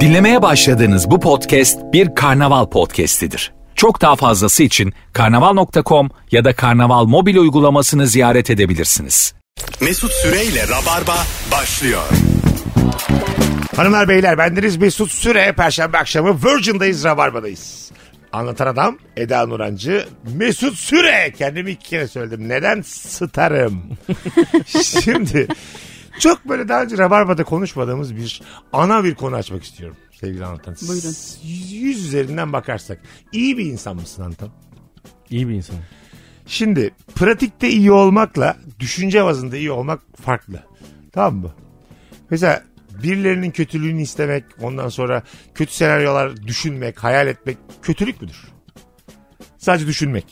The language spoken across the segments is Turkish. Dinlemeye başladığınız bu podcast bir karnaval podcastidir. Çok daha fazlası için karnaval.com ya da karnaval mobil uygulamasını ziyaret edebilirsiniz. Mesut Süreyle Rabarba başlıyor. Hanımlar beyler bendeniz Mesut Süre Perşembe akşamı Virgin'dayız Rabarba'dayız. Anlatan adam Eda Nurancı Mesut Süre kendimi iki kere söyledim neden starım şimdi çok böyle daha önce Rabarba'da konuşmadığımız bir ana bir konu açmak istiyorum sevgili Anlatan Buyurun. Yüz, yüz üzerinden bakarsak iyi bir insan mısın Anlatan? İyi bir insan. Şimdi pratikte iyi olmakla düşünce bazında iyi olmak farklı. Tamam mı? Mesela birilerinin kötülüğünü istemek, ondan sonra kötü senaryolar düşünmek, hayal etmek kötülük müdür? Sadece düşünmek.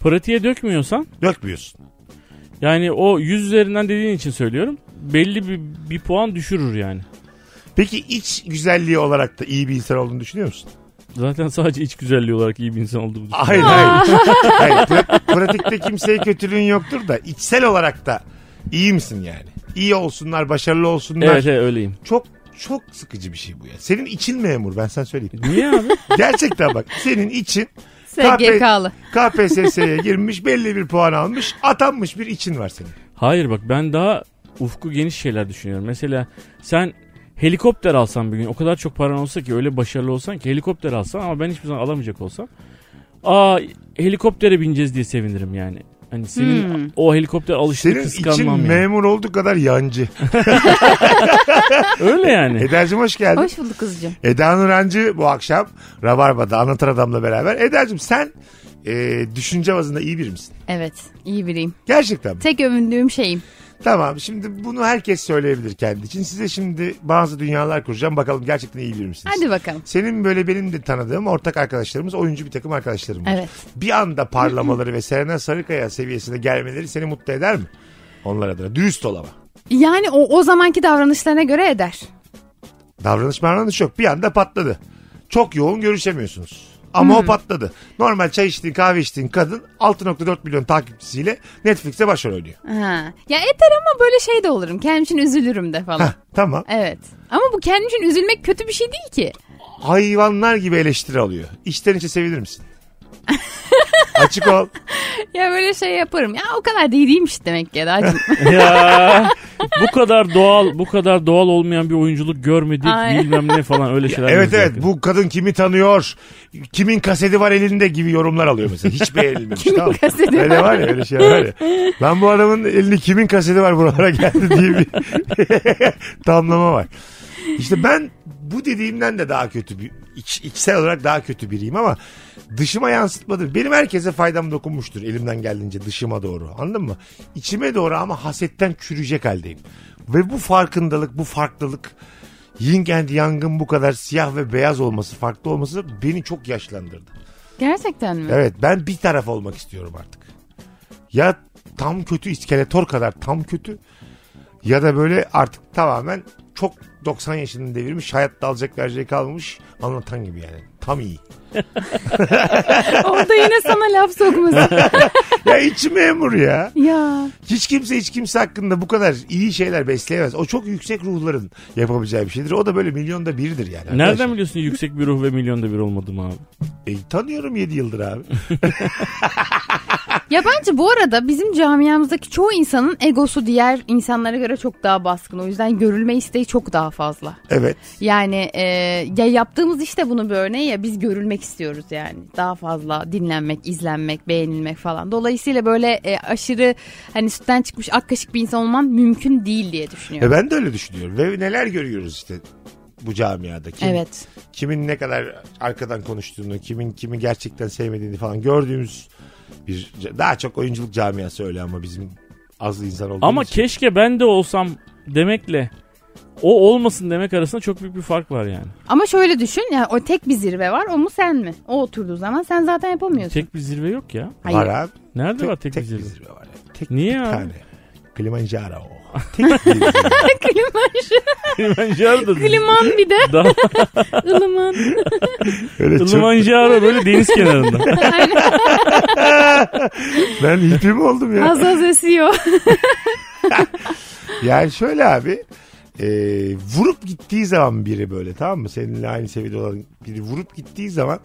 Pratiğe dökmüyorsan Dökmüyorsun. yani o 100 üzerinden dediğin için söylüyorum. Belli bir, bir puan düşürür yani. Peki iç güzelliği olarak da iyi bir insan olduğunu düşünüyor musun? Zaten sadece iç güzelliği olarak iyi bir insan olduğunu düşünüyorum. Hayır hayır. hayır pra- pratikte kimseye kötülüğün yoktur da içsel olarak da iyi misin yani? İyi olsunlar, başarılı olsunlar. Evet evet öyleyim. Çok çok sıkıcı bir şey bu ya. Senin için memur ben sen söyleyeyim. Niye abi? Gerçekten bak senin için SGK'lı. KPSS'ye girmiş belli bir puan almış atanmış bir için var senin. Hayır bak ben daha ufku geniş şeyler düşünüyorum. Mesela sen helikopter alsan bir gün o kadar çok paran olsa ki öyle başarılı olsan ki helikopter alsan ama ben hiçbir zaman alamayacak olsam. Aa helikoptere bineceğiz diye sevinirim yani. Hani senin o helikopter alışını Senin için kıskanmam yani. memur olduğu kadar yancı. Öyle yani. Eda'cığım hoş geldin. Hoş bulduk kızcığım. Eda Nurancı bu akşam Rabarba'da anlatan adamla beraber. Eda'cığım sen e, düşünce bazında iyi biri misin? Evet iyi biriyim. Gerçekten mi? Tek övündüğüm şeyim. Tamam şimdi bunu herkes söyleyebilir kendi için. Size şimdi bazı dünyalar kuracağım bakalım gerçekten iyi biri misiniz? Hadi bakalım. Senin böyle benim de tanıdığım ortak arkadaşlarımız oyuncu bir takım arkadaşlarım var. Evet. Bir anda parlamaları ve Serena Sarıkaya seviyesine gelmeleri seni mutlu eder mi? Onlar adına dürüst ol ama. Yani o, o zamanki davranışlarına göre eder. Davranış davranış yok bir anda patladı. Çok yoğun görüşemiyorsunuz. Ama o patladı. Normal çay içtiğin kahve içtiğin kadın 6.4 milyon takipçisiyle Netflix'e başrol oynuyor. Ha. Ya eder ama böyle şey de olurum. Kendim için üzülürüm de falan. Heh, tamam. Evet. Ama bu kendim için üzülmek kötü bir şey değil ki. Hayvanlar gibi eleştiri alıyor. İçten içe sevinir misin? Açık ol. Ya böyle şey yaparım. Ya o kadar da iyi değilmiş demek ki Eda'cığım. ya bu kadar doğal bu kadar doğal olmayan bir oyunculuk görmedik Ay. bilmem ne falan öyle şeyler. Evet yazıyor. evet bu kadın kimi tanıyor? Kimin kaseti var elinde gibi yorumlar alıyor mesela. Hiç beğenilmemiş Kimin tamam mı? kaseti Öyle var? var ya öyle şey var ya. Lan bu adamın elinde kimin kaseti var buralara geldi diye bir tamlama var. İşte ben bu dediğimden de daha kötü bir iç- içsel olarak daha kötü biriyim ama dışıma yansıtmadım. Benim herkese faydam dokunmuştur elimden geldiğince dışıma doğru anladın mı? İçime doğru ama hasetten çürüyecek haldeyim. Ve bu farkındalık bu farklılık Yin and Yang'ın bu kadar siyah ve beyaz olması, farklı olması beni çok yaşlandırdı. Gerçekten mi? Evet ben bir taraf olmak istiyorum artık. Ya tam kötü iskeletor kadar tam kötü ya da böyle artık tamamen çok 90 yaşını devirmiş hayatta alacak vereceği kalmamış anlatan gibi yani. Tam iyi. Orada yine sana laf sokması. Ya içi memur ya. ya. Hiç kimse hiç kimse hakkında bu kadar iyi şeyler besleyemez. O çok yüksek ruhların yapabileceği bir şeydir. O da böyle milyonda biridir yani. Nereden arkadaşlar. biliyorsun yüksek bir ruh ve milyonda bir olmadım abi? E, tanıyorum 7 yıldır abi. Ya bence bu arada bizim camiamızdaki çoğu insanın egosu diğer insanlara göre çok daha baskın. O yüzden görülme isteği çok daha fazla. Evet. Yani e, ya yaptığımız işte bunu bir örneği ya biz görülmek istiyoruz yani. Daha fazla dinlenmek, izlenmek, beğenilmek falan. Dolayısıyla böyle e, aşırı hani sütten çıkmış ak kaşık bir insan olman mümkün değil diye düşünüyorum. E ben de öyle düşünüyorum. Ve neler görüyoruz işte bu camiada. Kim, Evet. Kimin ne kadar arkadan konuştuğunu, kimin kimi gerçekten sevmediğini falan gördüğümüz bir daha çok oyunculuk camiası öyle ama bizim az insan olduğumuz. Ama için. keşke ben de olsam demekle o olmasın demek arasında çok büyük bir fark var yani. Ama şöyle düşün ya o tek bir zirve var o mu sen mi? O oturduğu zaman sen zaten yapamıyorsun. Tek bir zirve yok ya. Hayır. var abi. Nerede Tek, var tek, tek bir zirve? var. ya. Tek Niye bir abi? tane. Kilimanjaro. Tek bir zirve. Kliman- Kilimanjaro da- Kliman bir de. Daha Ilıman. Öyle E, çok- Kilimanjaro böyle deniz kenarında. ben hippie mi oldum ya? Az az esiyor. Yani şöyle abi e, vurup gittiği zaman biri böyle tamam mı? Seninle aynı seviyede olan biri vurup gittiği zaman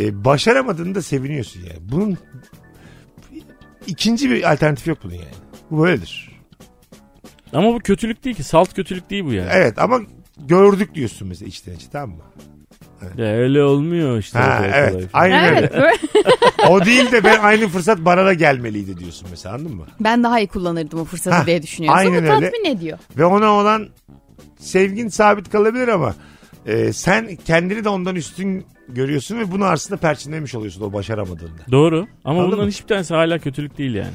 e, başaramadığında seviniyorsun yani. Bunun ikinci bir alternatif yok bunun yani. Bu böyledir. Ama bu kötülük değil ki. Salt kötülük değil bu yani. Evet ama gördük diyorsun mesela içten içe tamam mı? Ya öyle olmuyor işte. Ha, kolay kolay. evet aynen öyle. Evet böyle- O değil de ben aynı fırsat bana da gelmeliydi diyorsun mesela anladın mı? ben daha iyi kullanırdım o fırsatı Ha, diye düşünüyorum. aynen Aynen öyle. tatmin ediyor. Ve ona olan sevgin sabit kalabilir ama e, sen kendini de ondan üstün görüyorsun ve bunu aslında perçinlemiş oluyorsun o başaramadığında. Doğru. Ama Anladın bunların mı? hiçbir tanesi hala kötülük değil yani.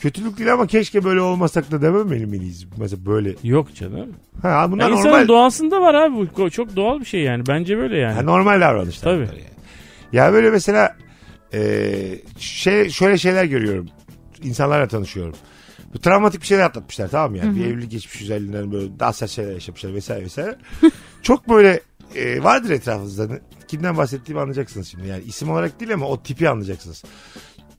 Kötülük değil ama keşke böyle olmasak da dememeli miyiz? Mesela böyle. Yok canım. Ha bunlar Yani normal. Hani insanın doğasında var abi. bu. Ko- Çok doğal bir şey yani. Bence böyle yani. Ha, normal davranışlar. Tabii. bunlar Yani. Ya böyle mesela e, şey şöyle şeyler görüyorum. İnsanlarla tanışıyorum. Bu travmatik bir şeyler atlatmışlar tamam mı yani. Bir evlilik geçmiş üzerinden böyle daha sert şeyler yaşamışlar vesaire vesaire. Çok böyle e, vardır etrafınızda. Ne- Kimden bahsettiğimi anlayacaksınız şimdi. Yani isim olarak değil ama o tipi anlayacaksınız.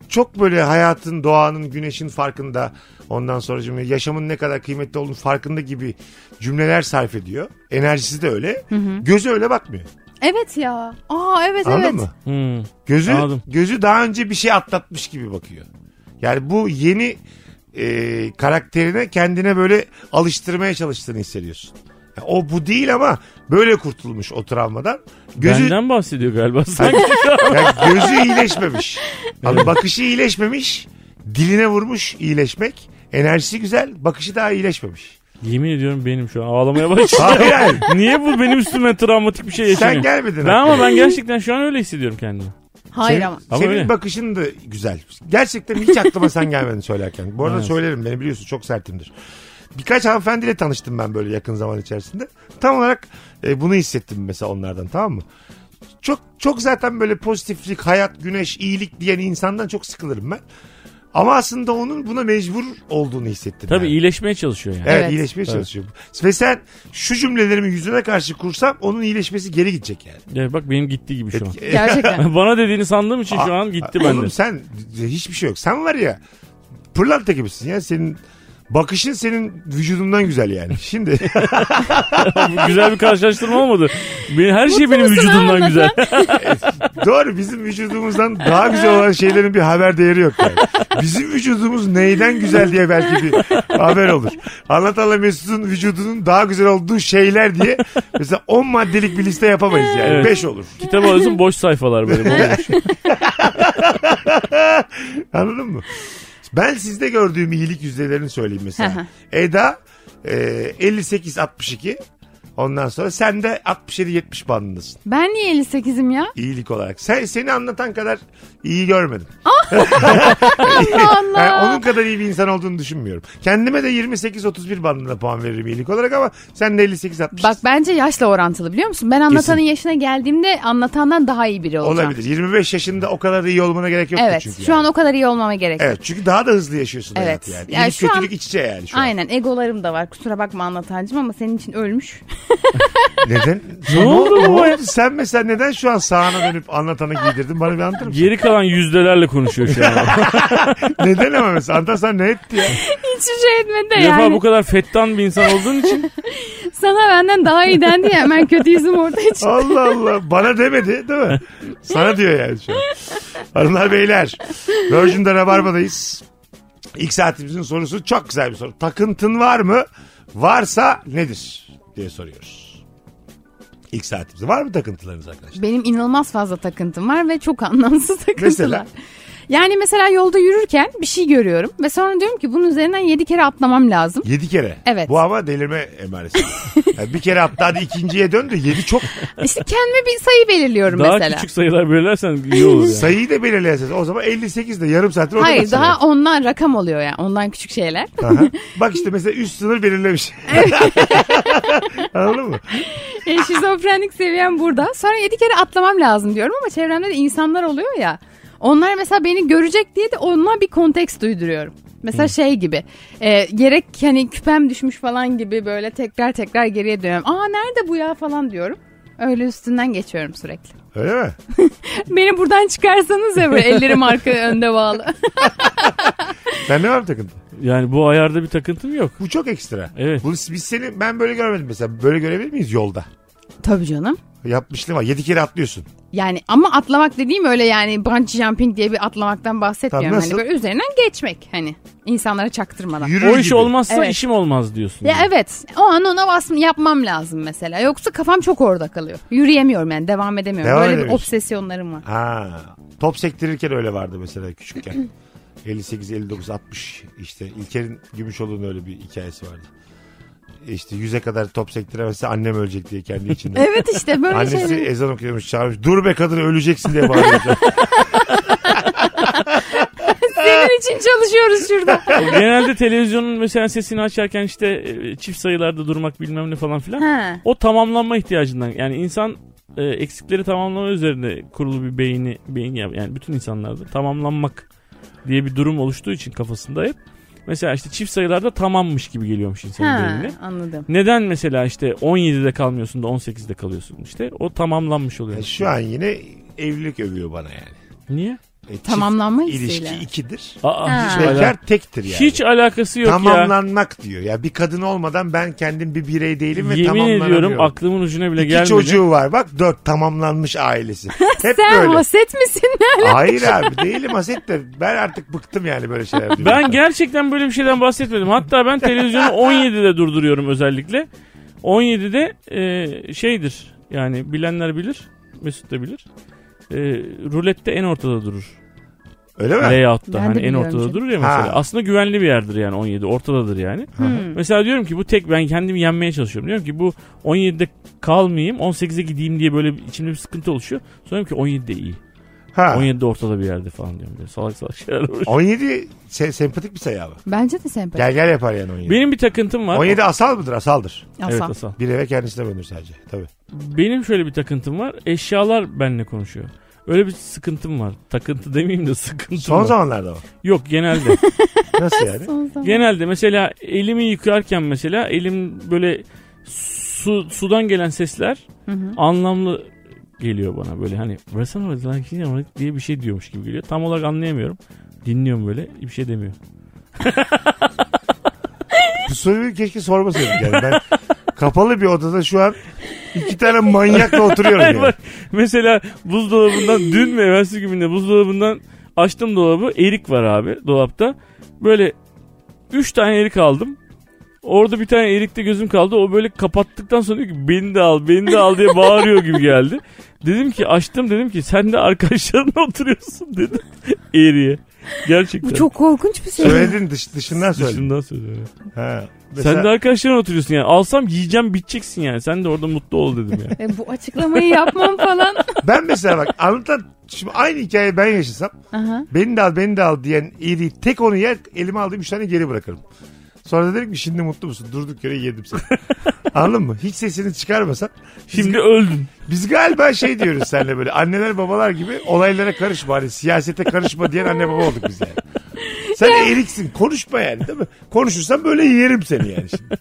Çok böyle hayatın, doğanın, güneşin farkında ondan sonra cümle, yaşamın ne kadar kıymetli olduğunu farkında gibi cümleler sarf ediyor. Enerjisi de öyle. Gözü öyle bakmıyor. Evet ya. Aa evet Anladın evet. mı? Hmm. Gözü Anladım. gözü daha önce bir şey atlatmış gibi bakıyor. Yani bu yeni e, karakterine kendine böyle alıştırmaya çalıştığını hissediyorsun. Ya o bu değil ama böyle kurtulmuş o travmadan. Gözü Benden bahsediyor galiba sanki. ya gözü iyileşmemiş. Abi bakışı iyileşmemiş. Diline vurmuş iyileşmek. Enerjisi güzel, bakışı daha iyileşmemiş. Yemin ediyorum benim şu an ağlamaya başladım. Hayır hayır. Niye bu benim üstüme travmatik bir şey yaşanıyor? Sen gelmedin. Ben ama hakikaten. ben gerçekten şu an öyle hissediyorum kendimi. Hayır senin, ama. Ama senin öyle. bakışın da güzel. Gerçekten hiç aklıma sen gelmedin söylerken. Bu arada söylerim beni biliyorsun çok sertimdir. Birkaç hanımefendiyle tanıştım ben böyle yakın zaman içerisinde. Tam olarak e, bunu hissettim mesela onlardan tamam mı? Çok çok zaten böyle pozitiflik, hayat, güneş, iyilik diyen insandan çok sıkılırım ben. Ama aslında onun buna mecbur olduğunu hissettim. Tabii yani. iyileşmeye çalışıyor yani. Evet, Evet. iyileşmeye çalışıyor. Ve sen şu cümlelerimi yüzüne karşı kursam onun iyileşmesi geri gidecek yani. Ya bak benim gitti gibi şu an. Gerçekten. Bana dediğini sandığım için şu an gitti Ah, Oğlum bende. sen hiçbir şey yok. Sen var ya pırlanta gibisin ya. Senin bakışın senin vücudundan güzel yani. Şimdi Bu güzel bir karşılaştırma olmadı. Benim, her şey benim musun vücudumdan Ahmet güzel. doğru bizim vücudumuzdan daha güzel olan şeylerin bir haber değeri yok yani. Bizim vücudumuz neyden güzel diye belki bir haber olur. Anlatanla Mesut'un vücudunun daha güzel olduğu şeyler diye mesela 10 maddelik bir liste yapamayız yani. Evet. 5 olur. Kitap alıyorsun boş sayfalar böyle. Boş. Anladın mı? Ben sizde gördüğüm iyilik yüzdelerini söyleyeyim mesela. Eda e, 58-62 ondan sonra sen de 67-70 bandındasın Ben niye 58'im ya? iyilik olarak. Sen, seni anlatan kadar iyi görmedim. Allah Allah. Yani onun kadar iyi bir insan olduğunu düşünmüyorum. Kendime de 28-31 bandında puan veririm iyilik olarak ama sen de 58-60 Bak bence yaşla orantılı biliyor musun? Ben anlatanın yaşına geldiğimde anlatandan daha iyi biri olacağım. olabilir. 25 yaşında o kadar iyi olmana gerek yok Evet. çünkü. Şu yani. an o kadar iyi olmama gerek. yok. Evet çünkü daha da hızlı yaşıyorsun Evet. hayatı yani. Yani İyilik şu an- kötülük iç içe yani şu an. Aynen egolarım da var. Kusura bakma anlatancım ama senin için ölmüş. Neden? Ne oldu bu ya? Sen mesela neden şu an sağına dönüp anlatanı giydirdin? Bana bir anlatır mısın? Geri kalan yüzdelerle konuşuyor şu an. neden ama mesela? Anlatan sana ne etti ya? Hiçbir şey etmedi Bir yani. defa bu kadar fettan bir insan olduğun için Sana benden daha iyi dendi ya hemen kötü yüzüm ortaya çıktı. Allah Allah. Bana demedi değil mi? Sana diyor yani şu an. Hanımlar beyler. Virgin'de Rabarba'dayız. İlk saatimizin sorusu çok güzel bir soru. Takıntın var mı? Varsa nedir? diye soruyoruz. İlk saatimizde var mı takıntılarınız arkadaşlar? Benim inanılmaz fazla takıntım var ve çok anlamsız takıntılar. Mesela? Yani mesela yolda yürürken bir şey görüyorum ve sonra diyorum ki bunun üzerinden yedi kere atlamam lazım. Yedi kere. Evet. Bu ama delirme emaresi. Yani bir kere hatta hadi ikinciye döndü. Yedi çok. İşte kendime bir sayı belirliyorum daha mesela. küçük sayılar belirlersen iyi olur yani. Sayıyı da belirleyeceğiz. O zaman 58 de yarım saattir orada Hayır kalsın daha yani. ondan rakam oluyor yani ondan küçük şeyler. Aha. Bak işte mesela üst sınır belirlemiş. Anladın mı? Yani şizofrenlik E, seviyem burada. Sonra yedi kere atlamam lazım diyorum ama çevremde de insanlar oluyor ya. Onlar mesela beni görecek diye de onunla bir konteks uyduruyorum. Mesela şey gibi e, gerek hani küpem düşmüş falan gibi böyle tekrar tekrar geriye dönüyorum. Aa nerede bu ya falan diyorum. Öyle üstünden geçiyorum sürekli. Öyle mi? Beni buradan çıkarsanız ya böyle ellerim arka önde bağlı. Sen ne var mı takıntı? Yani bu ayarda bir takıntım yok. Bu çok ekstra. Evet. Bunu biz seni ben böyle görmedim mesela. Böyle görebilir miyiz yolda? Tabii canım. Yapmışlığım var. Yedi kere atlıyorsun. Yani ama atlamak dediğim öyle yani bungee jumping diye bir atlamaktan bahsetmiyorum. Tabii, hani nasıl? böyle üzerinden geçmek hani insanlara çaktırmadan. Yürür O iş gibi. olmazsa Evet. işim olmaz diyorsun. Ya evet o an ona basm yapmam lazım mesela. Yoksa kafam çok orada kalıyor. Yürüyemiyorum yani devam edemiyorum. Devam Böyle bir edemiyorsun. obsesyonlarım var. Ha. Top sektirirken öyle vardı mesela küçükken. 58, 59, 60 işte İlker'in Gümüşoğlu'nun öyle bir hikayesi vardı. İşte yüze kadar top sektiremezse annem ölecek diye kendi içinde. Evet işte böyle Annesi şeyler. ezan okuyormuş çağırmış. Dur be kadın öleceksin diye bağırıyor. Senin için çalışıyoruz şurada. Genelde televizyonun mesela sesini açarken işte e, çift sayılarda durmak bilmem ne falan filan. Ha. O tamamlanma ihtiyacından yani insan e, eksikleri tamamlama üzerine kurulu bir beyni beyin yap yani bütün insanlarda tamamlanmak diye bir durum oluştuğu için kafasında hep mesela işte çift sayılarda tamammış gibi geliyormuş insanın ha, beynine. anladım. Neden mesela işte 17'de kalmıyorsun da 18'de kalıyorsun işte o tamamlanmış oluyor. Şu an yine evlilik övüyor bana yani. Niye? E, çift Tamamlanma hissiyle. İlişki ikidir. Aa, Ha. hiç, ala- Bekar tektir yani. hiç alakası yok ya. Tamamlanmak diyor. Ya bir kadın olmadan ben kendim bir birey değilim ve Yemin ediyorum tamamlanamıyorum. aklımın ucuna bile İki gelmedi. çocuğu var bak dört tamamlanmış ailesi. Hep Sen böyle. haset misin? Hayır abi değilim haset de ben artık bıktım yani böyle şeyler. Ben duymaktan. gerçekten böyle bir şeyden bahsetmedim. Hatta ben televizyonu 17'de durduruyorum özellikle. 17'de e, şeydir yani bilenler bilir. Mesut da bilir. E, rulette en ortada durur. Öyle mi? Layout'ta Ben de şey. hani en biliyorum ortada canım. durur ya mesela. Ha. Aslında güvenli bir yerdir yani 17 ortadadır yani. Mesela diyorum ki bu tek ben kendimi yenmeye çalışıyorum. Diyorum ki bu 17'de kalmayayım 18'e gideyim diye böyle bir- içimde bir sıkıntı oluşuyor. Sonra diyorum ki 17'de iyi. Ha. 17'de ortada bir yerde falan diyorum. Böyle salak salak şeyler uğraşıyorum. 17 se- sempatik bir sayı abi. Bence de sempatik. Gel gel yapar yani 17. Benim bir takıntım var. 17 asal mıdır? Asaldır. Evet Asal. Hasan. Bir eve kendisine bölünür sadece. Tabii. Benim şöyle bir takıntım var. Eşyalar benimle konuşuyor. Öyle bir sıkıntım var. Takıntı demeyeyim de sıkıntı Son var. zamanlarda mı? Yok genelde. Nasıl yani? Son zaman. genelde mesela elimi yıkarken mesela elim böyle su, sudan gelen sesler anlamlı geliyor bana böyle hani "Versene orada lan, şey var" diye bir şey diyormuş gibi geliyor. Tam olarak anlayamıyorum. Dinliyorum böyle bir şey demiyor. Bu soruyu keşke sormasaydım yani. Ben kapalı bir odada şu an iki tane manyakla oturuyorum Hayır yani. bak mesela buzdolabından dün mü evvelsi günde buzdolabından açtım dolabı erik var abi dolapta. Böyle 3 tane erik aldım. Orada bir tane erikte gözüm kaldı. O böyle kapattıktan sonra diyor ki beni de al beni de al diye bağırıyor gibi geldi. Dedim ki açtım dedim ki sen de arkadaşlarınla oturuyorsun dedim. Eriye. Gerçekten. Bu çok korkunç bir şey. Söyledin dış, dışından söyledin. Dışından söylüyorum. Ha. Sen de arkadaşlarınla oturuyorsun yani. Alsam yiyeceğim biteceksin yani. Sen de orada mutlu ol dedim yani. E, bu açıklamayı yapmam falan. Ben mesela bak anlatan şimdi aynı hikayeyi ben yaşasam Aha. beni de al beni de al diyen iri tek onu yer elime aldığım üç tane geri bırakırım. Sonra da derim ki şimdi mutlu musun? Durduk yere yedim seni. Anladın mı? Hiç sesini çıkarmasan. Şimdi öldün. Biz galiba şey diyoruz seninle böyle anneler babalar gibi olaylara karışma. Hani siyasete karışma diyen anne baba olduk biz yani. Sen eriksin konuşma yani değil mi? Konuşursan böyle yerim seni yani şimdi.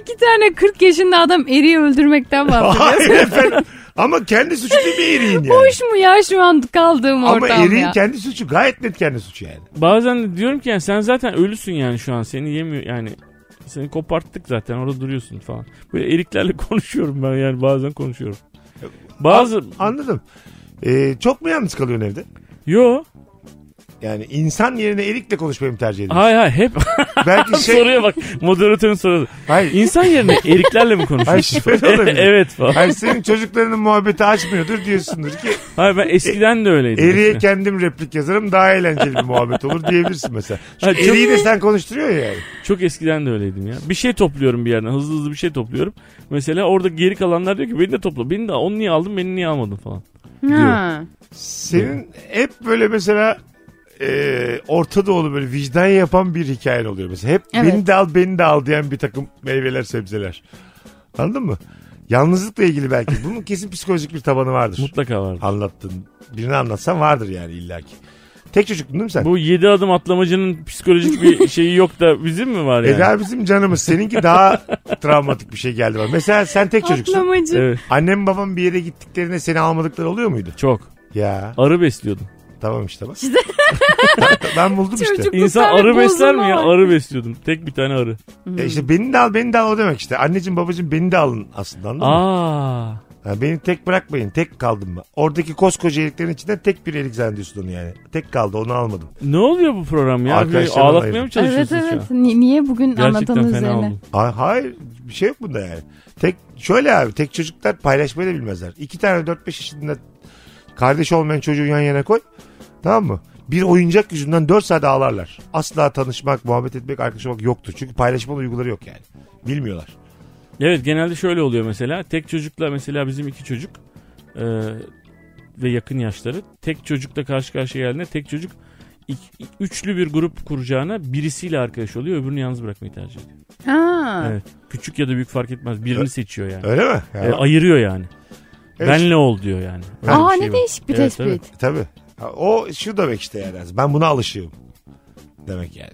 İki tane 40 yaşında adam eriyi öldürmekten bahsediyor. Hayır efendim. Ama kendi suçu değil mi eriğin yani? Boş mu ya şu an kaldığım Ama ortam ya? eriğin kendi suçu gayet net kendi suçu yani. Bazen de diyorum ki yani sen zaten ölüsün yani şu an seni yemiyor yani seni koparttık zaten orada duruyorsun falan. Böyle eriklerle konuşuyorum ben yani bazen konuşuyorum. Bazı Anladım. Ee, çok mu yalnız kalıyorsun evde? yo Yani insan yerine erikle konuşmayı mı tercih ediyorsun? hay hay hep Belki şey... soruya bak moderatörün sorusu. Hayır. İnsan yerine eriklerle mi konuşuyorsun? Hayır, şöyle olabilir. evet falan. Hayır senin çocuklarının muhabbeti açmıyordur diyorsundur ki Hayır ben eskiden de öyleydim. eriye mesela. kendim replik yazarım daha eğlenceli bir muhabbet olur diyebilirsin mesela. Şu Ha, çok- eriyi de sen konuşturuyor ya yani. Çok eskiden de öyleydim ya. Bir şey topluyorum bir yerden. Hızlı hızlı bir şey topluyorum. Mesela orada geri kalanlar diyor ki beni de topla. Beni de onu niye aldın beni niye almadın falan. Ha. Senin hep böyle mesela e, Orta Doğulu böyle vicdan yapan bir hikayen oluyor mesela. Hep Evet. beni de al beni de al diyen bir takım meyveler sebzeler. Anladın mı? Yalnızlıkla ilgili belki. Bunun kesin psikolojik bir tabanı vardır. Mutlaka vardı. anlattın. Birini anlatsan vardır yani illaki. Tek çocuktun değil mi sen? Bu 7 adım atlamacının psikolojik bir şeyi yok da bizim mi var E yani? Eda bizim canımız. Seninki daha travmatik bir şey geldi bana. Mesela sen tek çocuksun. Atlamacı. Evet, Annem babam bir yere gittiklerinde seni almadıkları oluyor muydu? çok. Ya Arı besliyordum. tamam işte bak. ben buldum işte. Çocuk. İnsan tane arı besler mi bozulma ya? var. Arı besliyordum. Tek bir tane arı. E işte beni de al beni de al o demek işte. Anneciğim babacığım beni de alın aslında anladın mı? Aa. Ha, beni tek bırakmayın tek kaldım ben. Oradaki koskoca eliklerin içinden tek bir elik zannediyorsun onu yani. Tek kaldı onu almadım. Ne oluyor bu program ya? Böyle Arkadaşlarla Ağlatmaya ayrı. mı Evet çalışıyorsunuz evet. şu Ni- niye an? bugün Gerçekten anlatanın fena üzerine? oldum. Ha, hayır bir şey yok bunda yani. Tek şöyle abi tek çocuklar paylaşmayı da bilmezler. İki tane dört beş yaşında kardeş olmayan çocuğu yan yana koy. Tamam mı? Bir oyuncak yüzünden 4 saat ağlarlar. Asla tanışmak, muhabbet etmek, arkadaş olmak yoktur. Çünkü paylaşma duyguları yok yani. Bilmiyorlar. Evet genelde şöyle oluyor mesela. Tek çocukla mesela bizim iki çocuk e, ve yakın yaşları. Tek çocukla karşı karşıya geldiğinde tek çocuk ik- üçlü bir grup kuracağına birisiyle arkadaş oluyor öbürünü yalnız bırakmayı tercih ediyor. Ha. Evet. Küçük ya da büyük fark etmez birini seçiyor yani. Öyle mi? Yani, E, ayırıyor yani. Evet. Benle ol diyor yani. Öyle Aa bir şey ne var. değişik bir Evet, tespit. evet. e, Tabii. Ha, O şu demek işte yani. Ben buna alışığım. Demek yani.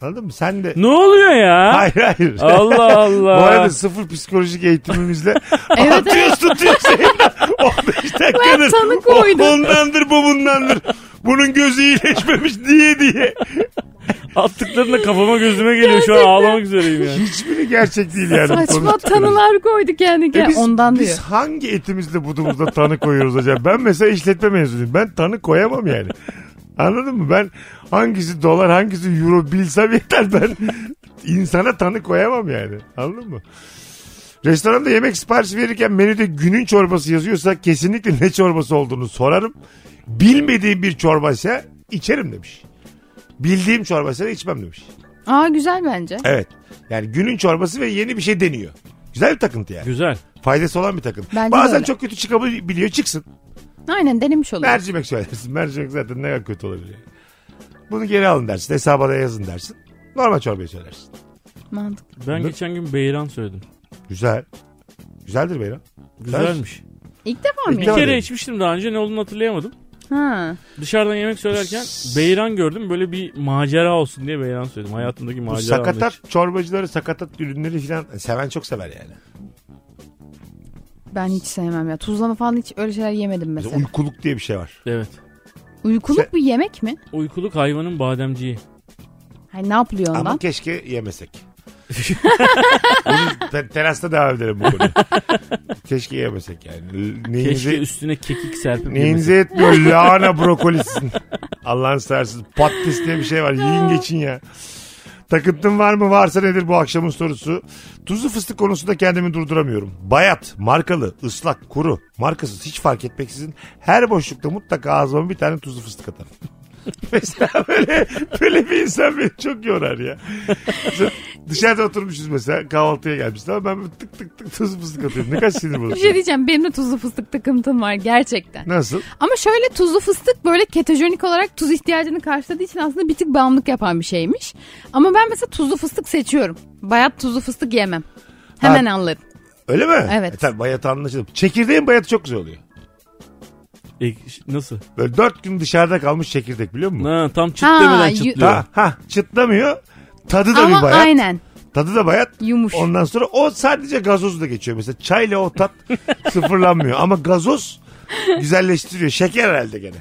Anladın mı? Sen de... Ne oluyor ya? Hayır hayır. Allah Bu Allah. arada sıfır psikolojik eğitimimizle Evet, atıyoruz tutuyoruz yayında. 15 dakikadır. Ben tanık o oydum. ondandır bu bundandır. Bunun gözü iyileşmemiş diye diye. Attıklarında kafama gözüme geliyor şu an ağlamak üzereyim yani. Hiçbiri gerçek değil yani. bu Saçma konuştuklarımız. tanılar koyduk yani. E biz, Ondan biz diyor. hangi etimizle budumuzda tanı koyuyoruz acaba? Ben mesela işletme mezunuyum. Ben tanı koyamam yani. Anladın mı? Ben hangisi dolar hangisi euro bilsem yeter ben. insana tanı koyamam yani. Anladın mı? Restoranda yemek siparişi verirken menüde günün çorbası yazıyorsa kesinlikle ne çorbası olduğunu sorarım. Bilmediğim bir çorbaysa içerim demiş. Bildiğim çorbaysa da içmem demiş. Aa güzel bence. Evet. Yani günün çorbası ve yeni bir şey deniyor. Güzel bir takıntı yani Güzel. faydası olan bir takım. Bence Bazen de öyle. çok kötü çıkabiliyor çıksın. Aynen denemiş oluyor. Mercimek söylersin. Mercimek zaten ne kadar kötü olabilir. Bunu geri alın dersin. Hesaba da yazın dersin. Normal çorbayı söylersin. Mantıklı. Ben Ne? geçen gün beyran söyledim. Güzel. Güzeldir Beyran. Güzelmiş. İlk defa İlk mı? Bir Güzel kere dedim. içmiştim daha önce ne olduğunu hatırlayamadım. Ha. Dışarıdan yemek söylerken beyran gördüm. Böyle bir macera olsun diye beyran söyledim. Hayatımdaki Bu macera. sakatat anlayışı. çorbacıları, sakatat ürünleri filan e, seven çok sever yani. Ben hiç sevmem ya. Tuzlama falan hiç öyle şeyler yemedim Mesela mesela. Uykuluk diye bir şey var. Evet. Uykuluk bir yemek mi? Uykuluk hayvanın bademciği. Hani ne yapılıyor ondan? Ama keşke yemesek. Bunu te- terasta devam edelim bu konuyu. keşke yemesek yani. Keşke Neyinize, üstüne kekik serpip neyinize yemesek. yetmiyor lahana brokolisin. Allah'ın seversiniz. Patates diye bir şey var. Yiyin geçin ya. Takıntın var mı? Varsa nedir bu akşamın sorusu? Tuzlu fıstık konusunda kendimi durduramıyorum. Bayat, markalı, ıslak, kuru, markasız hiç fark etmeksizin her boşlukta mutlaka ağzıma bir tane tuzlu fıstık atarım. mesela böyle, böyle bir insan beni çok yorar ya. Mesela Dışarıda oturmuşuz mesela kahvaltıya gelmişiz ama ben böyle tık tık tık tuzlu fıstık atıyorum. Ne kadar sinir Bir şey bozucu. diyeceğim benim de tuzlu fıstık takıntım var gerçekten. Nasıl? Ama şöyle tuzlu fıstık böyle ketojenik olarak tuz ihtiyacını karşıladığı için aslında bir tık bağımlılık yapan bir şeymiş. Ama ben mesela tuzlu fıstık seçiyorum. Bayat tuzlu fıstık yemem. Hemen anlarım. Öyle mi? Evet. E tabii bayatı anlaşılır. Çekirdeğin bayatı çok güzel oluyor. E, ş- nasıl? Böyle dört gün dışarıda kalmış çekirdek biliyor musun? Ha, tam çıt Ha, demeden yu- çıtlıyor. Ha, ha çıtlamıyor. Tadı da Ama bir bayat. aynen Tadı da bayat. yumuş. Ondan sonra o sadece gazozla geçiyor. Mesela çayla o tat sıfırlanmıyor. Ama gazoz güzelleştiriyor. Şeker herhalde gene.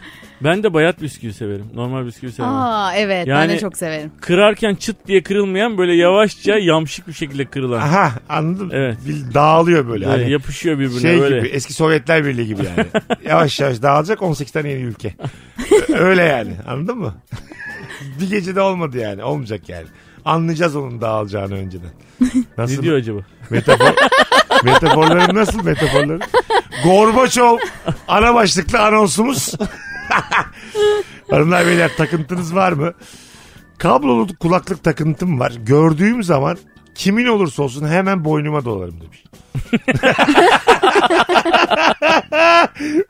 Ben de bayat bisküvi severim. Normal bisküvi sevmem. Aa evet ben Yani- de çok severim. Kırarken çıt diye kırılmayan böyle yavaşça yamşık bir şekilde kırılan. Aha anladım. Evet. Bil- Dağılıyor böyle. Böyle Hani yapışıyor birbirine şey böyle. gibi eski Sovyetler Birliği gibi yani. yavaş yavaş dağılacak 18 tane yeni ülke. Öyle yani anladın mı? bir gecede olmadı yani olmayacak yani. Anlayacağız onun dağılacağını önceden. Ne diyor acaba? Metafor, metaforların nasıl metaforları? Gorbaçov ana başlıklı anonsumuz. Hanımlar beyler takıntınız var mı? Kablolu kulaklık takıntım var. Gördüğüm zaman kimin olursa olsun hemen boynuma dolarım demiş.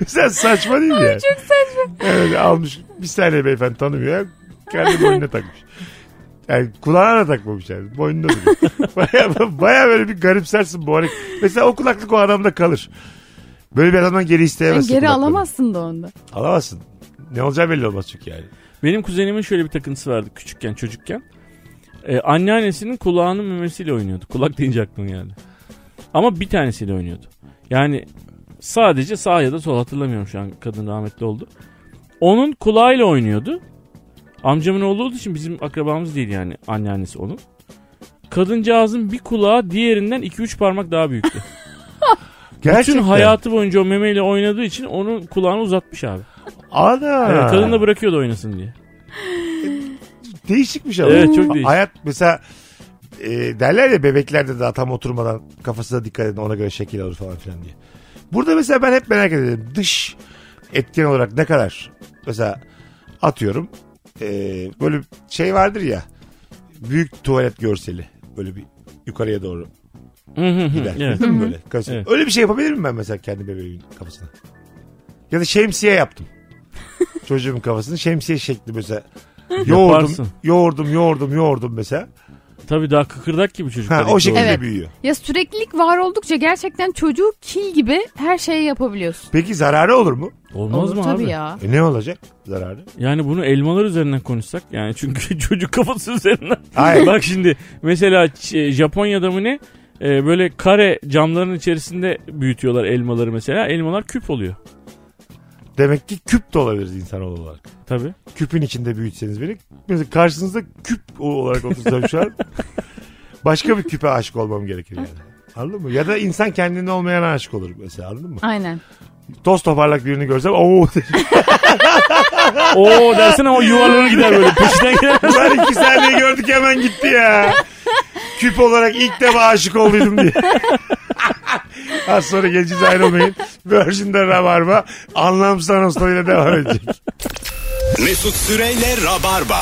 Sen saçma değil mi ya? Çok saçma. Evet almış bir saniye beyefendi tanımıyor. Kendi boynuna takmış. Yani kulağına da takmamış yani. Boynunda duruyor. baya, baya böyle bir garipsersin bu hareket. Mesela o kulaklık o adamda kalır. Böyle bir adamdan geri Yani isteyemezsin. geri kulaklığı. alamazsın da onda. Alamazsın. Ne olacağı belli olmaz çünkü yani. Benim kuzenimin şöyle bir takıntısı vardı küçükken çocukken. Ee, anneannesinin kulağının memesiyle oynuyordu. Kulak deyince aklıma geldi. Ama bir tanesiyle oynuyordu. Yani sadece sağ ya da sol hatırlamıyorum şu an kadın rahmetli oldu. Onun kulağıyla oynuyordu. Amcamın oğlu olduğu için bizim akrabamız değil yani anneannesi onun. Kadıncağızın bir kulağı diğerinden 2-3 parmak daha büyüktü. Gerçekten. Bütün hayatı boyunca o memeyle oynadığı için onun kulağını uzatmış abi. Ana. Evet, kadın da bırakıyordu oynasın diye. Değişikmiş ama. Evet, çok değişik. şey. Hayat mesela e, derler ya bebeklerde daha tam oturmadan kafasına dikkat edin ona göre şekil alır falan filan diye. Burada mesela ben hep merak ederim. Dış etken olarak ne kadar mesela atıyorum e, böyle şey vardır ya büyük tuvalet görseli böyle bir yukarıya doğru Hı hı hı, gider. evet. Bildin mi böyle? Kafası- Evet. Öyle bir şey yapabilir miyim ben mesela kendi bebeğimin kafasına? Ya da şemsiye yaptım. Çocuğumun kafasını şemsiye şekli mesela. Yoğurdum, Yaparsın. yoğurdum, yoğurdum, yoğurdum mesela. Tabii daha kıkırdak gibi Ha, çocuklar. o şekilde Evet. büyüyor. Ya süreklilik var oldukça gerçekten çocuğu kil gibi her şeyi yapabiliyorsun. Peki zararı olur mu? Olmaz Olur mı tabii abi? ya. E ne olacak zararı? Yani bunu elmalar üzerinden konuşsak yani çünkü çocuk kafası üzerinden. Hayır. Bak şimdi mesela Ç- e, Japonya'da mı ne Ee, böyle kare camların içerisinde büyütüyorlar elmaları mesela. Elmalar küp oluyor. Demek ki küp de olabiliriz insan olarak. Tabii. Küpün içinde büyütseniz beni. Mesela karşınızda küp olarak otursam şu an. Başka bir küpe aşık olmam gerekir yani. Anladın mı? Ya da insan kendinde olmayan aşık olur mesela anladın mı? Aynen. Toz toparlak birini görsem ooo Oo dersin ama yuvarlanır gider böyle. Peşinden gider. Ulan iki saniye gördük hemen gitti ya. Küp olarak ilk defa aşık olduydum diye. Az sonra geleceğiz ayrılmayın. Virgin'de Rabarba anlamsız anonslarıyla devam edecek. Mesut Süreyle Rabarba.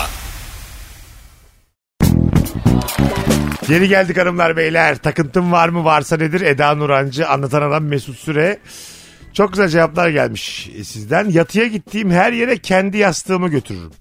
Geri geldik hanımlar beyler. Takıntım var mı varsa nedir? Eda Nurancı anlatan adam Mesut Süre. Çok güzel cevaplar gelmiş sizden. Yatıya gittiğim her yere kendi yastığımı götürürüm.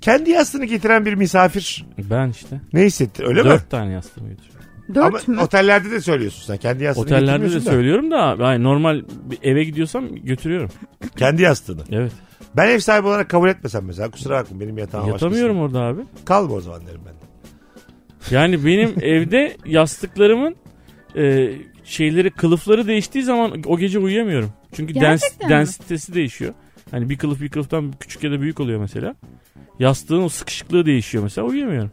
Kendi yastığını getiren bir misafir Ben işte. ne hissettir öyle mi? Dört tane yastığım götürüyorum. Dört Ama mü? otellerde de söylüyorsun sen. Kendi yastığını Otellerde de getirmiyorsun da. söylüyorum da yani normal bir eve gidiyorsam götürüyorum. Kendi yastığını. Evet. Ben ev sahibi olarak kabul etmesem mesela kusura bakma benim yatağım Yatamıyorum orada abi. Kalma o zaman derim ben. de. Yani benim evde yastıklarımın e, şeyleri kılıfları değiştiği zaman o gece uyuyamıyorum. Çünkü dens, Gerçekten mi? densitesi değişiyor. Hani bir kılıf bir kılıftan küçük ya da büyük oluyor mesela. Yastığın o sıkışıklığı değişiyor mesela uyuyamıyorum.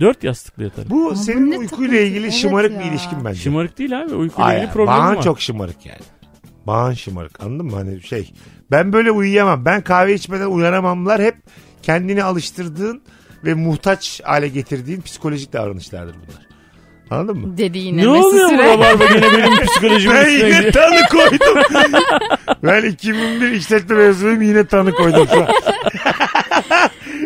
Dört yastıklı yatarım. Bu Ama senin ne uykuyla takıntı? ilgili Evet şımarık ya. bir ilişkin bence. Şımarık değil abi uykuyla Ay, ilgili problemim bağın var. çok şımarık yani. Bağın şımarık anladın mı? Hani şey ben böyle uyuyamam. Ben kahve içmeden uyanamamlar hep kendini alıştırdığın ve muhtaç hale getirdiğin psikolojik davranışlardır bunlar. Anladın mı? Dedi yine. Ne Mesut oluyor bu Süre. rabarba gene benim psikolojimin Ben üstüne yine gidiyor. tanı koydum. ben 2001 işletme mezunuyum yine tanı koydum. şu an.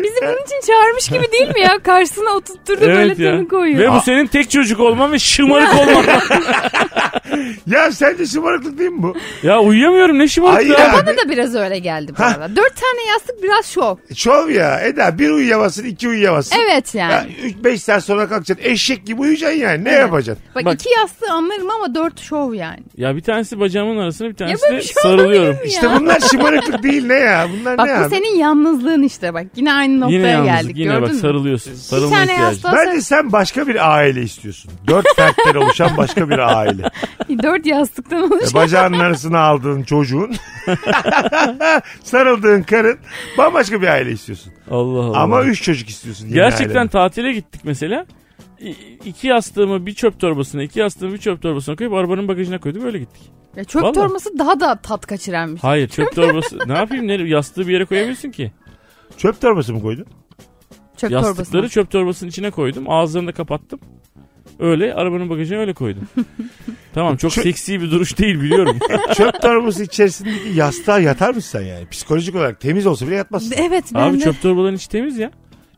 Bizi bunun için çağırmış gibi değil mi ya? Karşısına oturtturdu Evet böyle ya. tanı koyuyor. Ve bu senin tek çocuk olman ve şımarık olman. ya sence şımarıklık değil mi bu? ya uyuyamıyorum ne şımarık Ay ya. ya. Bana da biraz öyle geldi bu Ha. arada. Dört tane yastık biraz şov. Şov ya Eda bir uyuyamazsın iki uyuyamazsın. Evet yani. 3-5 saat sonra kalkacaksın. Eşek gibi uyuyacaksın yani. Ne Evet. yapacaksın? Bak, Bak- iki yastığı anlarım ama dört şov yani. Ya bir tanesi bacağımın arasına bir tanesi böyle de bir şey sarılıyorum. olabilir mi İşte Ya. bunlar şımarıklık değil ne ya? Bunlar Bak ne bu abi? senin yalnızlığın işte bak. Yine aynı noktaya Yine yalnızlık geldik yine gördün bak mü? sarılıyorsun. Bir Sarılma tane ihtiyacı. yastığa Bence sen başka bir aile istiyorsun. Dört fertten oluşan başka bir aile. sar- dört yastıktan oluşan. E, Bacağının arasına aldığın çocuğun, sarıldığın karın bambaşka bir aile istiyorsun. Allah Allah. Ama üç çocuk istiyorsun. yeni Gerçekten ailene. tatile gittik mesela. İ- iki yastığımı bir çöp torbasına, iki yastığımı bir çöp torbasına koyup arabanın bagajına koydum öyle gittik. Ya çöp E, Vallahi. torbası daha da tat şey. kaçıranmış. Hayır çöp torbası ne yapayım ne yastığı bir yere koyamıyorsun ki. Çöp torbası mı koydun? Çöp Yastıkları torbası. çöp torbasının içine koydum. Ağızlarını da kapattım. Öyle arabanın bagajına öyle koydum. tamam çok Çö- seksi bir duruş değil biliyorum. Çöp torbası içerisindeki yastığa yatar mısın sen yani? Psikolojik olarak temiz olsa bile yatmazsın. Evet ben abi de. çöp torbaların içi temiz ya.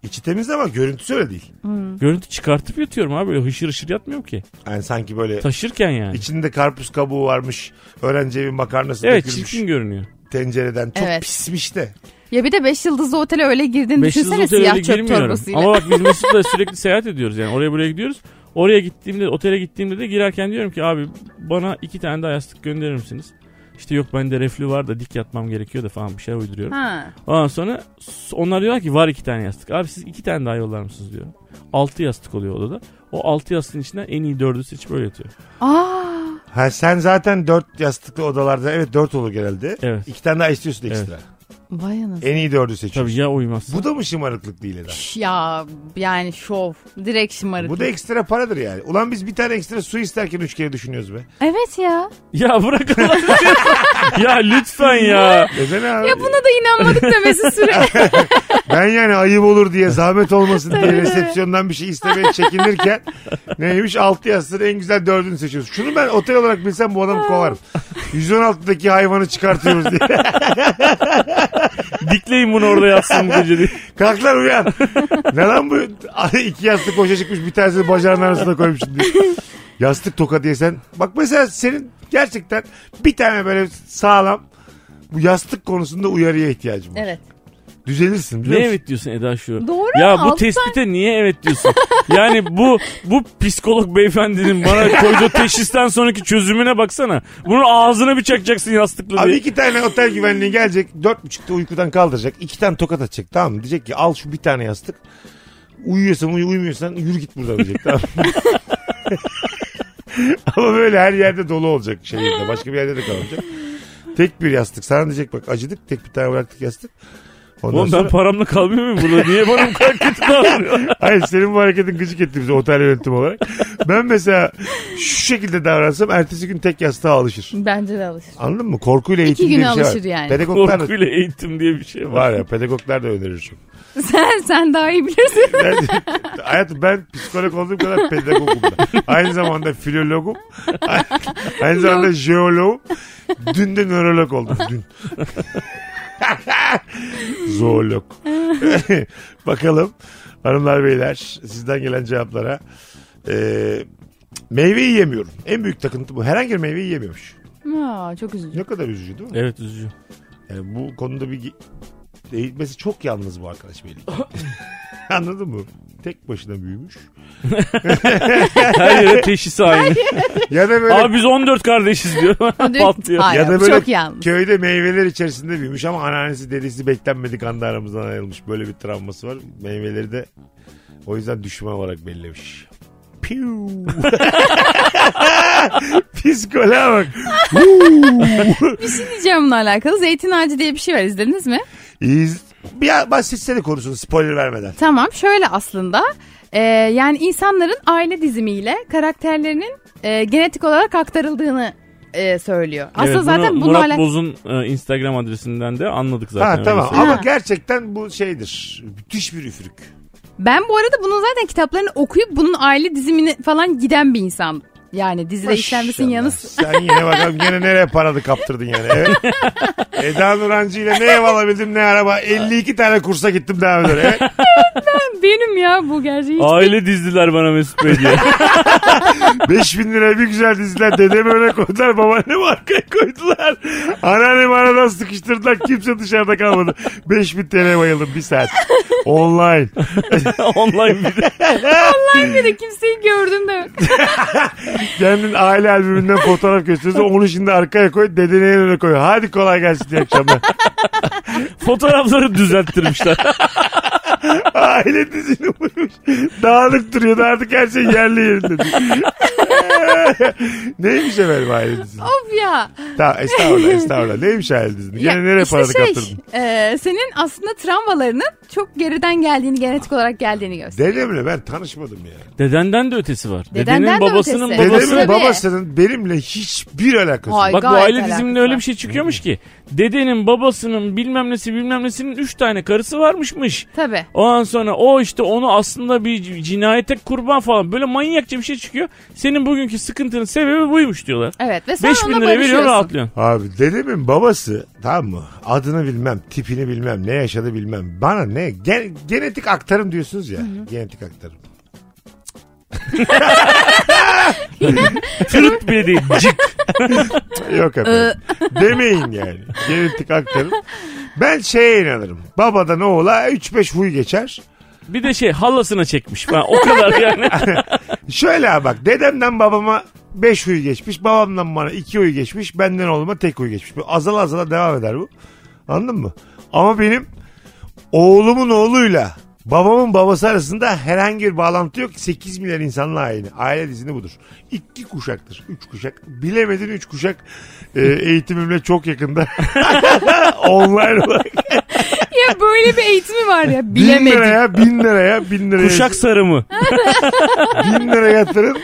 İçi temiz ama görüntüsü öyle değil. Görüntü çıkartıp yatıyorum abi böyle hışır hışır yatmıyorum ki. Yani sanki böyle Taşırken yani. İçinde karpuz kabuğu varmış. Öğrenci evi makarnası Evet dökülmüş çirkin görünüyor. tencereden. Çok Evet. pismiş de. Ya bir de beş yıldızlı otele öyle girdin Beş yıldızlı düşünsene otele siyah de çöp girmiyorum. torbasıyla. Ama bak biz Mesut'la sürekli seyahat ediyoruz yani oraya buraya gidiyoruz. Oraya gittiğimde otele gittiğimde de girerken diyorum ki abi bana iki tane daha yastık gönderir misiniz? İşte yok bende reflü var da dik yatmam gerekiyor da falan bir şeyler uyduruyorum. Ha. Ondan sonra s- onlar diyorlar ki var iki tane yastık. Abi siz iki tane daha yollar mısınız diyor. Altı yastık oluyor odada. O altı yastığın içinden en iyi dördü seçip öyle yatıyor. Aa. Ha, sen zaten dört yastıklı odalarda evet dört olur genelde. Evet. İki tane daha istiyorsun Evet. ekstra. Vay anasını. En iyi dördü Tabii seçiyorsun. ya uyumazsa. Bu da mı şımarıklık değil Eda? Şş, Ya yani şov. Direkt şımarık. Bu da ekstra paradır yani. Ulan biz bir tane ekstra su isterken üç kere düşünüyoruz be. Evet ya. Ya bırak Allah'ını seversen. ya lütfen ya. Desene abi. Ya buna da inanmadık demesi süre. Ben yani ayıp olur diye zahmet olmasın diye resepsiyondan bir şey istemeye çekinirken neymiş altı yastığın en güzel dördünü seçiyoruz. Şunu ben otel olarak bilsem bu adamı kovarım. 116'daki hayvanı çıkartıyoruz diye. Dikleyin bunu orada yatsın gece diye. Kalk lan uyan. Ne lan bu? Ay, İki yastık koşa çıkmış bir tanesini bacağının arasına koymuşsun diye. Yastık toka diye sen. Bak mesela senin gerçekten bir tane böyle sağlam bu yastık konusunda uyarıya ihtiyacım var. evet. Düzelirsin biliyor Ne musun? evet diyorsun Eda şu? Doğru, Ya bu alttan- tespite niye evet diyorsun? yani bu bu psikolog beyefendinin bana koyduğu teşhisten sonraki çözümüne baksana. Bunun ağzına bir çakacaksın yastıkla Abi diye. iki tane otel güvenliği gelecek. Dört buçukta uykudan kaldıracak. iki tane tokat atacak tamam mı? Diyecek ki al şu bir tane yastık. Uyuyorsan uyu uyumuyorsan yürü git buradan diyecek tamam mı? Ama böyle her yerde dolu olacak şehirde. Başka bir yerde de kalmayacak. Tek bir yastık. Sana diyecek bak acıdık. Tek bir tane bıraktık yastık. Ondan Oğlum ben sonra... paramla kalmıyor muyum burada? Niye bana bu kadar kötü davranıyor? Hayır senin bu hareketin gıcık etti bizi otel yönetimi olarak. Ben mesela şu şekilde davransam ertesi gün tek yastığa alışır. Bence de alışır. Anladın mı? Korkuyla eğitim İki diye bir güne şey var. alışır yani. Pedagoglar da Korkuyla eğitim diye bir şey var. Var ya pedagoglar da önerir çok. Sen sen daha iyi bilirsin. Ben, hayatım ben psikolog olduğum kadar pedagogum da. Aynı zamanda filologum. Aynı zamanda jeologum. Dün de nörolog oldum dün. Zoolog. Bakalım hanımlar beyler sizden gelen cevaplara. Ee, meyve yiyemiyorum. En büyük takıntı bu. Herhangi bir meyve yiyemiyormuş. Aa, çok üzücü. Ne kadar üzücü değil mi? Evet üzücü. Yani bu konuda bir eğitmesi çok yalnız bu arkadaş belli. ki. Anladın mı? Tek başına büyümüş. Her yere teşhis aynı. Ya da böyle Abi biz 14 kardeşiz diyor. Patlıyor. Hayır, ya da böyle çok yalnız. köyde meyveler içerisinde büyümüş ama anneannesi dedesi beklenmedik anda aramızdan ayrılmış. Böyle bir travması var. Meyveleri de o yüzden düşman olarak bellemiş. Piu. Psikoloğa bak. Diyeceğim bununla alakalı. Zeytin ağacı diye bir şey var izlediniz mi? İz... Bir bahsetsene konusunu spoiler vermeden. Tamam şöyle aslında e, yani insanların aile dizimiyle karakterlerinin e, genetik olarak aktarıldığını e, söylüyor. Aslında Evet, bunu zaten bununla Murat alak- Boz'un e, Instagram adresinden de anladık zaten. Ha, öyle tamam bir şey. ama Ha. gerçekten bu şeydir. Müthiş bir üfürük. Ben bu arada bunun zaten kitaplarını okuyup bunun aile dizimini falan giden bir insan. Yani dizide işlenmesinin Maşallah. yanı Sen yine bakalım gene nereye paranı kaptırdın yani. Evet. Eda Nurancı ile ne ev alabildim ne araba. 52 tane kursa gittim daha önce. Evet. benim ya bu gerçeği. Aile dizdiler bana Mesut Bey diye. 5000 lira bir güzel dizdiler. Dedemi öne koydular. Babaannemi arkaya koydular. Anneannemi aradan sıkıştırdılar. Kimse dışarıda kalmadı. 5000 TL bayıldım bir saat. Online. Online bir de. Bir de kimseyi gördüm de. Kendin aile albümünden fotoğraf gösteriyorsun. Onu şimdi arkaya koy. Dedeni en öne koy. Hadi kolay gelsin iyi akşamlar. Fotoğrafları düzelttirmişler. Aile dizini vurmuş. Dağınık duruyordu artık her şey yerli yerinde. Neymiş efendim aile dizini? of ya. Tamam estağfurullah estağfurullah. Neymiş aile dizini? Gene Ya nereye işte paradık şey, kaptırdın? e, senin aslında travmalarının çok geriden geldiğini, genetik olarak geldiğini gösteriyor. Dedemle ben tanışmadım ya. Dedenden de ötesi var. Dedenden Dedenin de babasının ötesi. babası. Dedemin Tabii. babasının benimle hiçbir alakası Hayır. yok. Bak bu Gayet aile alakası diziminde var. öyle bir şey çıkıyormuş ki. Dedenin babasının bilmem nesi bilmem nesinin 3 tane karısı varmışmış. Tabii. Ondan sonra o işte onu aslında bir c- cinayete kurban falan böyle manyakça bir şey çıkıyor. Senin bugünkü sıkıntının sebebi buymuş diyorlar. Evet ve sen 5000 ona lira veriyor barışıyorsun. rahatlıyorsun. Abi dedemin babası tamam mı? Adını bilmem, tipini bilmem, ne yaşadı bilmem. Bana ne? Gen- genetik aktarım diyorsunuz ya. Genetik aktarım. Tırt bile değil. Cik. Yok efendim. Ee. Demeyin yani. Genetik aktarım. Ben şeye inanırım. Babadan oğula 3-5 huy geçer. Bir de şey hallasına çekmiş falan. O kadar yani. Şöyle ha bak dedemden babama 5 huyu geçmiş. Babamdan bana 2 huyu geçmiş. Benden oğluma tek huyu geçmiş. Bu azala azala devam eder bu. Anladın mı? Ama benim oğlumun oğluyla babamın babası arasında herhangi bir bağlantı yok. 8 milyar insanla aynı. Aile dizini budur. İki kuşaktır. Üç kuşak. Bilemedin üç kuşak e, eğitimimle çok yakında. Online olarak. ya böyle bir eğitimi var ya Bin bilemedim. liraya, bin liraya, bin liraya. Kuşak sarımı. Bin lira yatırın.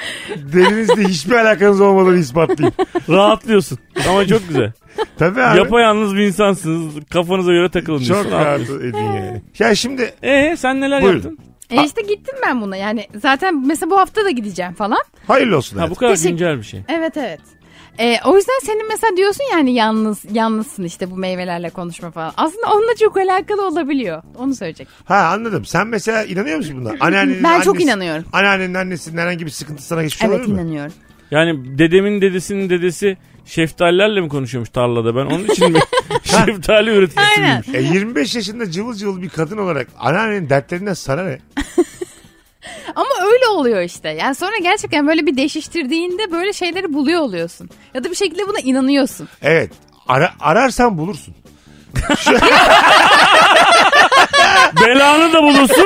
Derinizde hiçbir alakanız olmadığını ispatlayın. Rahatlıyorsun. Ama çok güzel. Tabii abi. Yapayalnız bir insansınız. Kafanıza göre takılın. çok diyorsun. rahat edin yani. Ya şimdi Ee sen neler Buyurun. yaptın? E işte gittim ben buna yani zaten mesela bu hafta da gideceğim falan. hayırlı olsun. Ha hayatım. bu kadar Teşekkür- güncel bir şey. Evet evet. E, o yüzden senin mesela diyorsun yani yalnız yalnızsın işte bu meyvelerle konuşma falan. Aslında onunla çok alakalı olabiliyor. Onu söyleyecek. Ha anladım. Sen mesela inanıyor musun buna? Anneannenin Ben çok annesi- inanıyorum. Anneannenin annesinin herhangi bir sıkıntı sana geçmiş evet olabilir mi? inanıyorum. Yani dedemin dedesinin dedesi şeftalilerle mi konuşuyormuş tarlada ben? Onun için mi şeftali üreticisiyim? Aynen. E 25 yaşında cıvıl cıvıl bir kadın olarak anneannenin dertlerinden sana ne? Ama öyle oluyor işte. Yani sonra gerçekten böyle bir değiştirdiğinde böyle şeyleri buluyor oluyorsun. Ya da bir şekilde buna inanıyorsun. Evet. Ara, ararsan bulursun. Belanı da bulursun.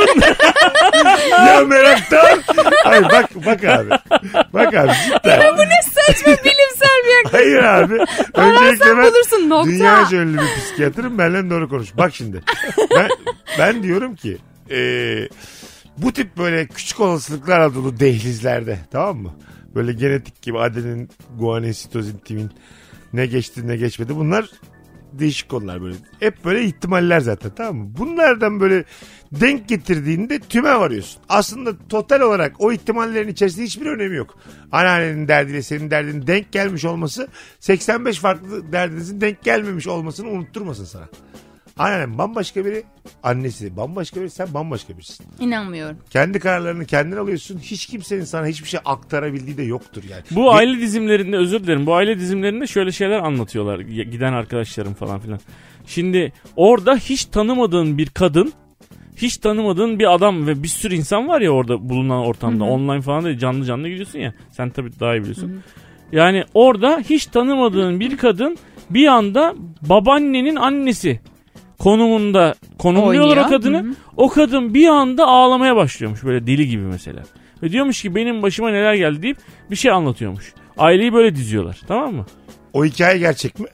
ya meraktan. Hayır bak bak abi. Bak abi cidden. Bu ne saçma bilimsel bir yaklaşım. Hayır abi. Öncelikle ben bulursun, nokta. dünyaca ünlü bir psikiyatrım. Benimle doğru konuş. Bak şimdi. Ben, ben diyorum ki e, bu tip böyle küçük olasılıklarla dolu dehlizlerde tamam mı? Böyle genetik gibi adenin, guanin, sitozin, timin ne geçti ne geçmedi bunlar değişik konular böyle. Hep böyle ihtimaller zaten tamam mı? Bunlardan böyle denk getirdiğinde tüme varıyorsun. Aslında total olarak o ihtimallerin içerisinde hiçbir önemi yok. Anneannenin derdiyle senin derdin denk gelmiş olması 85 farklı derdinizin denk gelmemiş olmasını unutturmasın sana. Anneannen bambaşka biri, annesi bambaşka biri, sen bambaşka birisin. İnanmıyorum. Kendi kararlarını kendin alıyorsun. Hiç kimsenin sana hiçbir şey aktarabildiği de yoktur yani. Bu aile dizimlerinde özür dilerim. Bu aile dizimlerinde şöyle şeyler anlatıyorlar y- giden arkadaşlarım falan filan. Şimdi orada hiç tanımadığın bir kadın, hiç tanımadığın bir adam ve bir sürü insan var ya orada bulunan ortamda. Online falan da canlı canlı gidiyorsun ya. Sen tabii daha iyi biliyorsun. Yani orada hiç tanımadığın bir kadın bir anda babaannenin annesi konumunda konumluyorlar Oynuyor. o kadını. Hı hı. O kadın bir anda ağlamaya başlıyormuş böyle deli gibi mesela. Ve diyormuş ki benim başıma neler geldi deyip bir şey anlatıyormuş. Aileyi böyle diziyorlar tamam mı? O hikaye gerçek mi?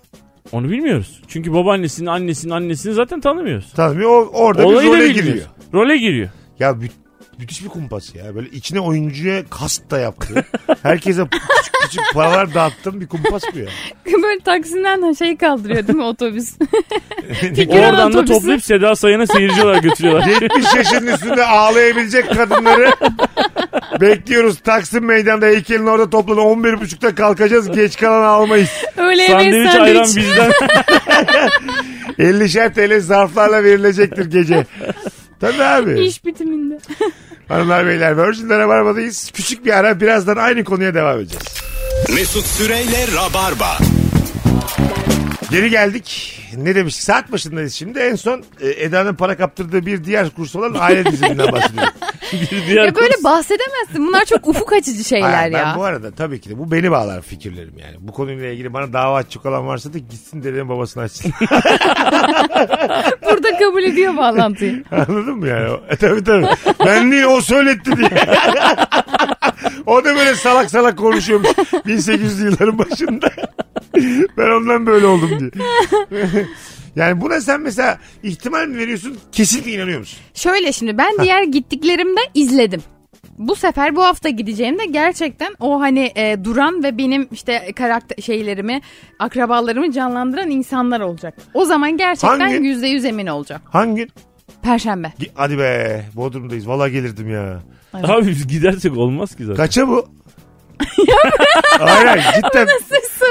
Onu bilmiyoruz. Çünkü babaannesinin annesinin annesini zaten tanımıyoruz. Tamam ya, o, orada Olayı bir da role bilmiyoruz. giriyor. Role giriyor. Ya mü- müthiş bir kumpas ya. Böyle içine oyuncuya kast da yaptı. Herkese küçük küçük paralar dağıttım bir kumpas bu ya. Böyle Taksim'den şey kaldırıyor değil mi otobüs? Fikir Oradan da otobüsü. toplayıp Seda Sayan'a seyirci olarak götürüyorlar. 70 yaşının üstünde ağlayabilecek kadınları bekliyoruz. Taksim meydanda heykelin orada toplanın. 11.30'da kalkacağız. Geç kalan almayız. Öyle evet Sandviç ayran sandviç. bizden. 50'şer TL zarflarla verilecektir gece. Tabii abi. İş bitiminde. Hanımlar beyler Virgin'de Rabarba'dayız. Küçük bir ara birazdan aynı konuya devam edeceğiz. Mesut Süreyle Rabarba. Geri geldik. Ne demiştik? Saat başındayız şimdi. En son e, Eda'nın para kaptırdığı bir diğer kurs olan aile diziminden bahsediyoruz. bir diğer Ya böyle kız. bahsedemezsin. Bunlar çok ufuk açıcı şeyler Hayır, ben ya. bu arada tabii ki de bu beni bağlar fikirlerim yani. Bu konuyla ilgili bana dava açacak olan varsa da gitsin dedenin babasını açsın. Burada kabul ediyor bağlantıyı. Anladın mı yani? E, tabii tabii. Ben niye o söyletti diye. o da böyle salak salak konuşuyormuş 1800'lü yılların başında. ben ondan böyle oldum diye. yani buna sen mesela ihtimal mi veriyorsun? Kesinlikle inanıyor musun? Şöyle şimdi ben diğer gittiklerimde izledim. Bu sefer bu hafta gideceğimde gerçekten o hani e, duran ve benim işte karakter şeylerimi, akrabalarımı canlandıran insanlar olacak. O zaman gerçekten Hangi? yüzde yüz emin olacağım. Hangi gün? Perşembe. Gi- Hadi be Bodrum'dayız. Valla gelirdim ya. Abi biz gidersek olmaz ki zaten. Kaça bu? hayır hayır cidden.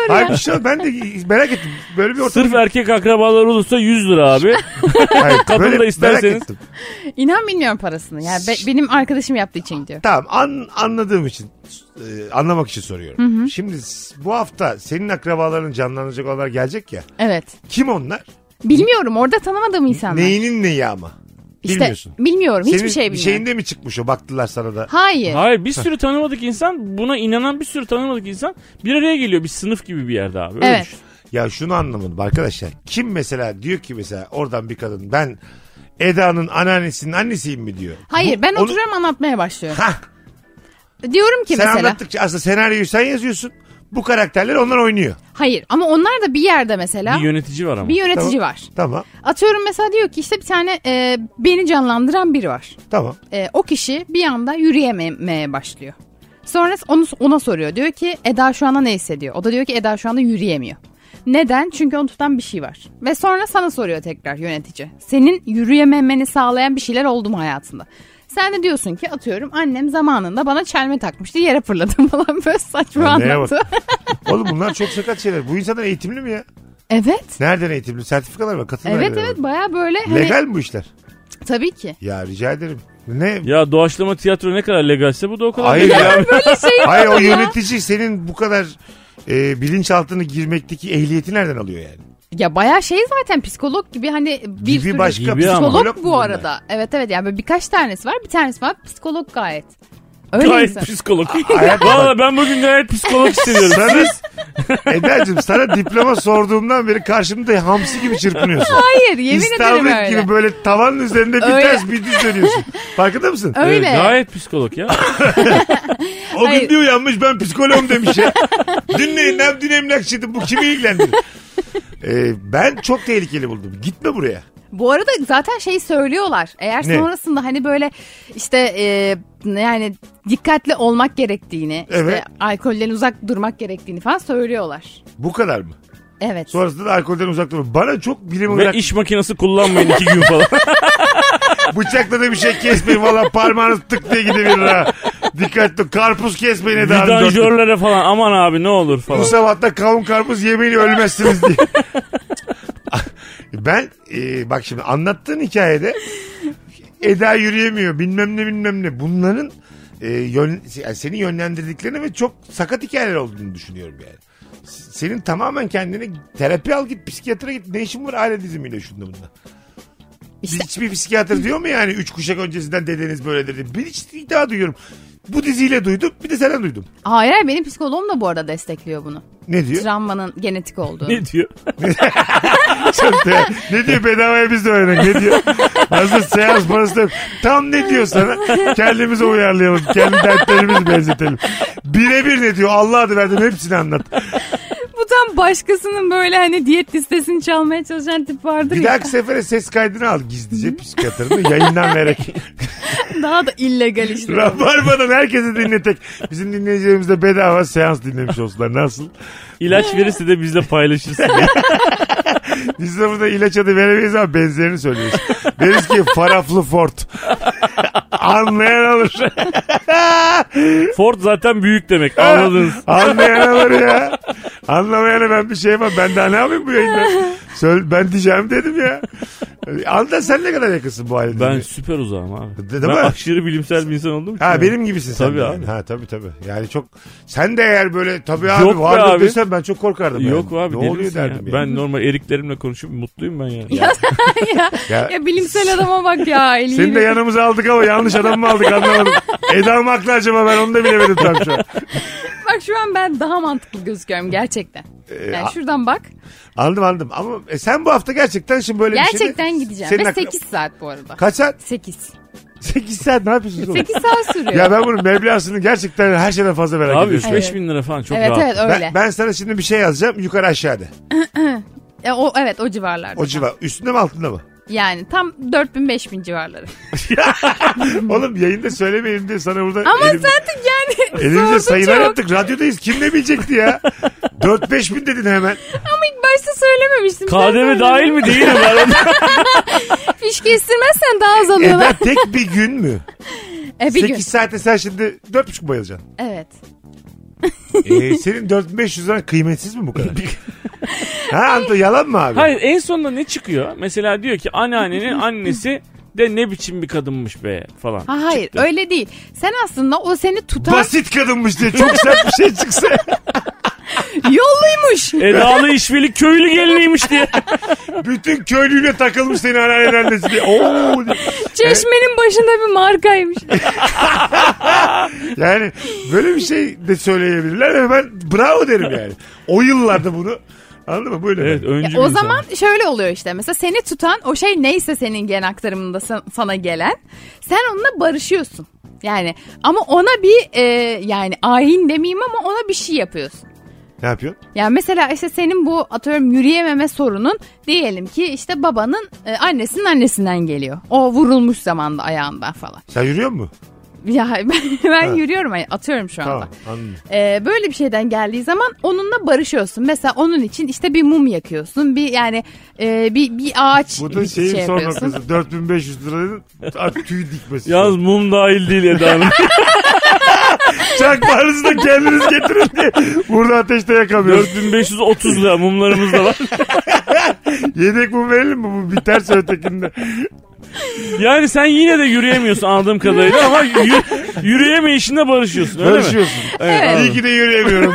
Hayır bir şey yok. ben de merak ettim. Böyle bir ortam. Sırf erkek akrabalar olursa 100 lira abi. Hayır, kadın da isterseniz. ettim. İnan bilmiyorum parasını. Yani be- benim arkadaşım yaptığı için gidiyor. Tamam an, anladığım için e, anlamak için soruyorum. Şimdi s- bu hafta senin akrabaların canlanacak olanlar gelecek ya. Evet. Kim onlar? Bilmiyorum orada tanımadığım insanlar. Neyinin neyi ama? İşte Bilmiyorsun. bilmiyorum. Senin hiçbir şey bilmiyorum. şeyinde mi çıkmış o baktılar sana da? Hayır. Hayır bir sürü tanımadık insan buna inanan bir sürü tanımadık insan bir araya geliyor bir sınıf gibi bir yerde abi. Öyle Evet. şey. düşün. Ya şunu anlamadım arkadaşlar. Kim mesela diyor ki mesela oradan bir kadın ben Eda'nın anneannesinin annesiyim mi diyor. Hayır Bu- ben onu- oturuyorum anlatmaya başlıyorum. Hah, Diyorum ki sen mesela. anlattıkça aslında senaryoyu sen yazıyorsun. Bu karakterleri onlar oynuyor. Hayır ama onlar da bir yerde mesela Bir yönetici var ama. bir yönetici Tamam. var. Tamam Atıyorum mesela diyor ki işte bir tane e, beni canlandıran biri var. tamam. E, o kişi bir anda yürüyememeye başlıyor. Sonra onu ona soruyor. Diyor ki Eda şu anda ne hissediyor? O da diyor ki Eda şu anda yürüyemiyor. Neden? Çünkü onu tutan bir şey var. Ve sonra sana soruyor tekrar yönetici. Senin yürüyememeni sağlayan bir şeyler oldu mu hayatında? Sen de diyorsun ki atıyorum annem zamanında bana çelme takmıştı yere fırladım falan böyle saçma Ya neye anlattı. Oğlum bunlar çok sakat şeyler. Bu insanlar eğitimli mi ya? evet. Nereden eğitimli? Sertifikalar var. Katıllar Evet veriyorlar. evet baya böyle hani, Legal mi bu işler? tabii ki. Ya rica ederim. Ne? Ya doğaçlama tiyatro ne kadar legalse bu da o kadar. Hayır legal. ya. Böyle şey Hayır o olur ya. yönetici senin bu kadar e, bilinçaltına girmekteki ehliyeti nereden alıyor yani? Ya bayağı şey zaten psikolog gibi hani bir gibi sürü başka Gibi ama. psikolog mu psikolog bu bunlar? arada. Evet evet yani böyle birkaç tanesi var. Bir tanesi var psikolog gayet. Öyle Gayet insan. psikolog. hayat- Valla ben bugün gayet psikolog hissediyorum. Sana, Eda'cığım sana diploma sorduğumdan beri karşımda hamsi gibi çırpınıyorsun. Hayır yemin İstavrit ederim öyle. gibi böyle tavanın üzerinde bir Öyle. ters bir düz dönüyorsun. Farkında mısın? Evet, Öyle. gayet psikolog ya. O gün Hayır. bir uyanmış ben psikoloğum demiş ya. dün ne, nem, dün emlakçıydım bu kimi ilgilendirir? Ee, ben çok tehlikeli buldum. Gitme buraya. Bu arada zaten şey söylüyorlar. Eğer Ne? sonrasında hani böyle işte e, yani dikkatli olmak gerektiğini, Evet. işte alkolden uzak durmak gerektiğini falan söylüyorlar. Bu kadar mı? Evet. Sonrasında da alkolden uzak durun. Bana çok bilim Ve olarak iş makinesi kullanmayın iki gün falan. bıçakla da bir şey kesmeyin. Valla parmağınız tık diye gidebilir ha. Dikkatli ol. Karpuz kesmeyin Eda'nın. dört- Vidanjörlere falan aman abi ne olur Bu falan. sabahta kavun karpuz yemeyin ölmezsiniz diye. ben e, bak şimdi anlattığın hikayede Eda yürüyemiyor bilmem ne bilmem ne bunların e, yön, yani seni yönlendirdiklerini ve çok sakat hikayeler olduğunu düşünüyorum yani. S- Senin tamamen kendini terapi al git psikiyatra git ne işin var aile dizimiyle şunda bunda. İşte- Hiçbir psikiyatr diyor mu yani üç kuşak öncesinden dedeniz böyledir diye. Bir hiç daha duyuyorum. Bu diziyle duydum bir de senden duydum. Hayır hayır, benim psikoloğum da bu arada destekliyor bunu. Ne diyor? Travmanın genetik olduğunu. Ne diyor? Te- ne diyor bedavaya biz de öğrenelim ne diyor. Nasıl seans parası da yok. Tam ne diyor sana kendimize uyarlayalım. Kendi dertlerimizi benzetelim. Birebir ne diyor Allah adı verdim hepsini anlat. Bu tam başkasının böyle hani diyet listesini çalmaya çalışan tip vardır Bir ya. dahaki sefere ses kaydını al gizlice psikiyatrını yayından vererek. Daha da illegal işte. Rabarbadan herkese dinletek. Bizim dinleyicilerimiz de bedava seans dinlemiş olsunlar. Nasıl? İlaç verirse de bizle paylaşırsın. Biz de burada ilaç adı veremeyiz ama benzerini söylüyoruz. Deriz ki faraflı fort. Anlayan alır. Ford zaten büyük demek anladınız. Anlayan alır ya. Anlamayana ben bir şey yapamam. Ben daha ne yapayım bu yayında? Söyle, ben diyeceğim dedim ya. Anda sen ne kadar yakınsın bu halde? Ben süper uzağım abi. De- değil ben mi? aşırı bilimsel bir insan oldum. ki. Ha benim gibisin sen. Tabii de abi. Yani. Ha tabii tabii. Yani çok sen de eğer böyle tabii abi Yok be vardır abi. desem ben çok korkardım. Yok yani. abi Ne deli oluyor misin ya? derdim. Ben normal eriklerimle konuşup mutluyum ben yani. Ya, ya, Ya- ya bilimsel adama bak ya. Elini Seni de yanımıza aldık ama yanlış adam mı aldık anlamadım. Eda mı haklı acaba ben onu da bilemedim tam şu an. Bak şu an ben daha mantıklı gözüküyorum gerçekten. Ee, Yani a- şuradan bak. Anladım anladım ama e, sen bu hafta gerçekten şimdi böyle bir şey de- Gerçekten gideceğim. Senin Ve aklın- 8 saat bu arada. Kaç saat? 8. 8 saat ne yapıyorsunuz oğlum? 8 saat sürüyor. Ya ben bunun meblağını gerçekten her şeyden fazla merak Abi ediyorum. 3-5 Evet. bin lira falan çok evet rahat. evet öyle. Ben, ben sana şimdi bir şey yazacağım yukarı aşağıda. E, o, evet o civarlarda. O civar. Üstünde mi altında mı? Yani tam 4000-5000 civarları. Oğlum yayında söylemeyelim diye sana burada Ama elim- zaten yani elimize sordun sayılar çok. yaptık. Radyodayız. Kim ne bilecekti ya? 4-5 bin dedin hemen. Ama ilk başta söylememiştim. Sen KDV söyledin. dahil mi değil mi? Ben- Fiş kestirmezsen daha E, azalıyor. Eda tek bir gün mü? e, bir 8 gün. saate sen şimdi 4,5 mu bayılacaksın? Evet. Ee, senin 4500 lira kıymetsiz mi bu kadar? ha Anto yalan mı abi? Hayır en sonunda ne çıkıyor? Mesela diyor ki anneannenin annesi de ne biçim bir kadınmış be falan. Ha, hayır Çıktı. öyle değil. Sen aslında o seni tutan Basit kadınmış diye çok sert bir şey çıksa. yollayayım buymuş. Eda'lı işveli köylü geliniymiş diye. Bütün köylüyle takılmış seni anneannen annesi diye. Oo! diye. Çeşmenin başında bir markaymış. Yani böyle bir şey de söyleyebilirler ve ben bravo derim yani. O yıllarda bunu anladın mı? Böyle. Evet öncü bir o insan. zaman şöyle oluyor işte. Mesela seni tutan o şey neyse senin gen aktarımında sa- sana gelen. Sen onunla barışıyorsun. Yani ama ona bir e, yani ayin demeyeyim ama ona bir şey yapıyorsun. Ne yapıyorsun? Yani mesela işte senin bu atıyorum yürüyememe sorunun diyelim ki işte babanın e, annesinin annesinden geliyor. O vurulmuş zamanda ayağından falan. Sen yürüyor musun? Ya ben, ben Ha. yürüyorum ay- atıyorum şu anda. Tamam anladım. E, böyle bir şeyden geldiği zaman onunla barışıyorsun. Mesela onun için işte bir mum yakıyorsun. Bir yani e, bir bir ağaç Bu da bir şeyin şey son yapıyorsun. noktası. 4500 liranın artık tüy dikmesi. Yalnız mum dahil değil Eda'nın. Çakmağınızı da kendiniz getirin diye. Burada ateşte yakamıyoruz. 4530 lira mumlarımız da var. Yedek mum verelim mi? Bu biterse ötekinde. Yani sen yine de yürüyemiyorsun anladığım kadarıyla ama yü- yürüyemeyişinde barışıyorsun öyle mi? Barışıyorsun. Evet. İyi ki de yürüyemiyorum.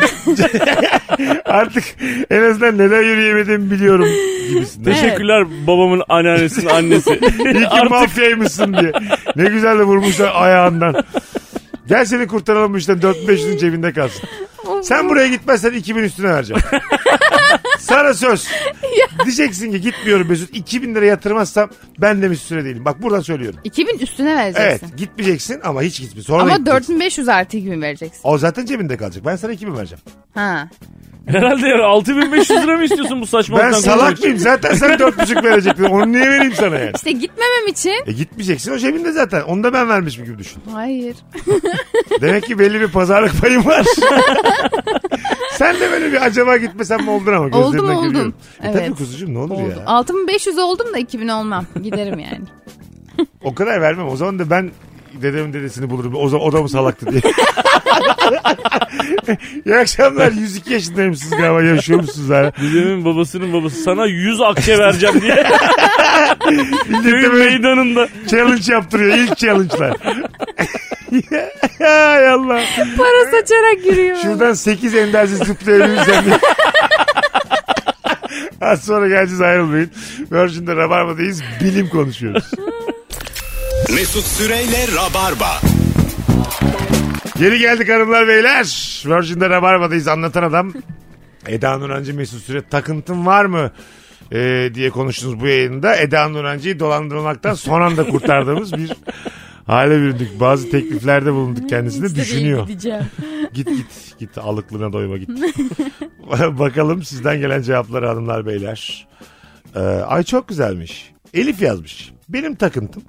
Artık en azından neden yürüyemediğimi biliyorum gibisinden. Teşekkürler babamın anneannesinin annesi. İyi ki mafyaymışsın diye. Ne güzel de vurmuşlar ayağından. Gel seni kurtaralım bu işten 4-5'in cebinde kalsın. Sen buraya gitmezsen 2000 üstüne vereceğim. Sana söz. Diyeceksin ki gitmiyorum Mesut. 2000 lira yatırmazsam ben de bir süre değilim. Bak buradan söylüyorum. 2000 üstüne Evet vereceksin. gitmeyeceksin ama hiç gitme. Sonra da Ama gitmeyeceksin. 4500 artı 2000 vereceksin. O zaten cebinde kalacak. Ben sana 2000 vereceğim. Ha. Herhalde ya, 6500 lira mı istiyorsun bu Ben saçmalıktan? salak mıyım? Zaten sen 4,5 verecektin. Onu niye vereyim sana yani? İşte gitmemem için. E gitmeyeceksin o cebinde zaten. Onu da ben vermişim gibi düşün. Hayır. Demek ki belli bir pazarlık payım var. Sen de böyle bir acaba gitmesem mi oldun ama gözlerimden Oldum, oldum. görüyorum. E Evet. tabii kuzucuğum ne olur Oldu. ya. 6500 oldum da 2000 olmam. Giderim yani. O kadar vermem. O zaman da ben dedemin dedesini bulurum. O, zaman, o da mı salaktı diye. İyi akşamlar. 102 yaşındayım siz galiba yaşıyor musunuz hala? Dedemin babasının babası sana 100 akçe vereceğim diye Millete köyün böyle meydanında. challenge yaptırıyor. İlk challenge'lar. Hay Allah. Para saçarak yürüyor. Şuradan 8 endersiz zıplayabilirsem diye. Az sonra geleceğiz ayrılmayın. Virgin'de Rabarba'dayız. Bilim konuşuyoruz. Mesut Süreyle Rabarba. Geri geldik hanımlar beyler. Virgin'de Rabarba'dayız. Anlatan adam Eda Nurancı Mesut Süre takıntın var mı? Ee, diye konuştunuz bu yayında. Eda Nurancı'yı dolandırılmaktan son anda kurtardığımız bir hale büründük. Bazı tekliflerde bulunduk kendisine. Düşünüyor. Gideceğim. Git git git alıklığına doyma git. Bakalım sizden gelen cevapları hanımlar beyler. Ee, ay çok güzelmiş. Elif yazmış. Benim takıntım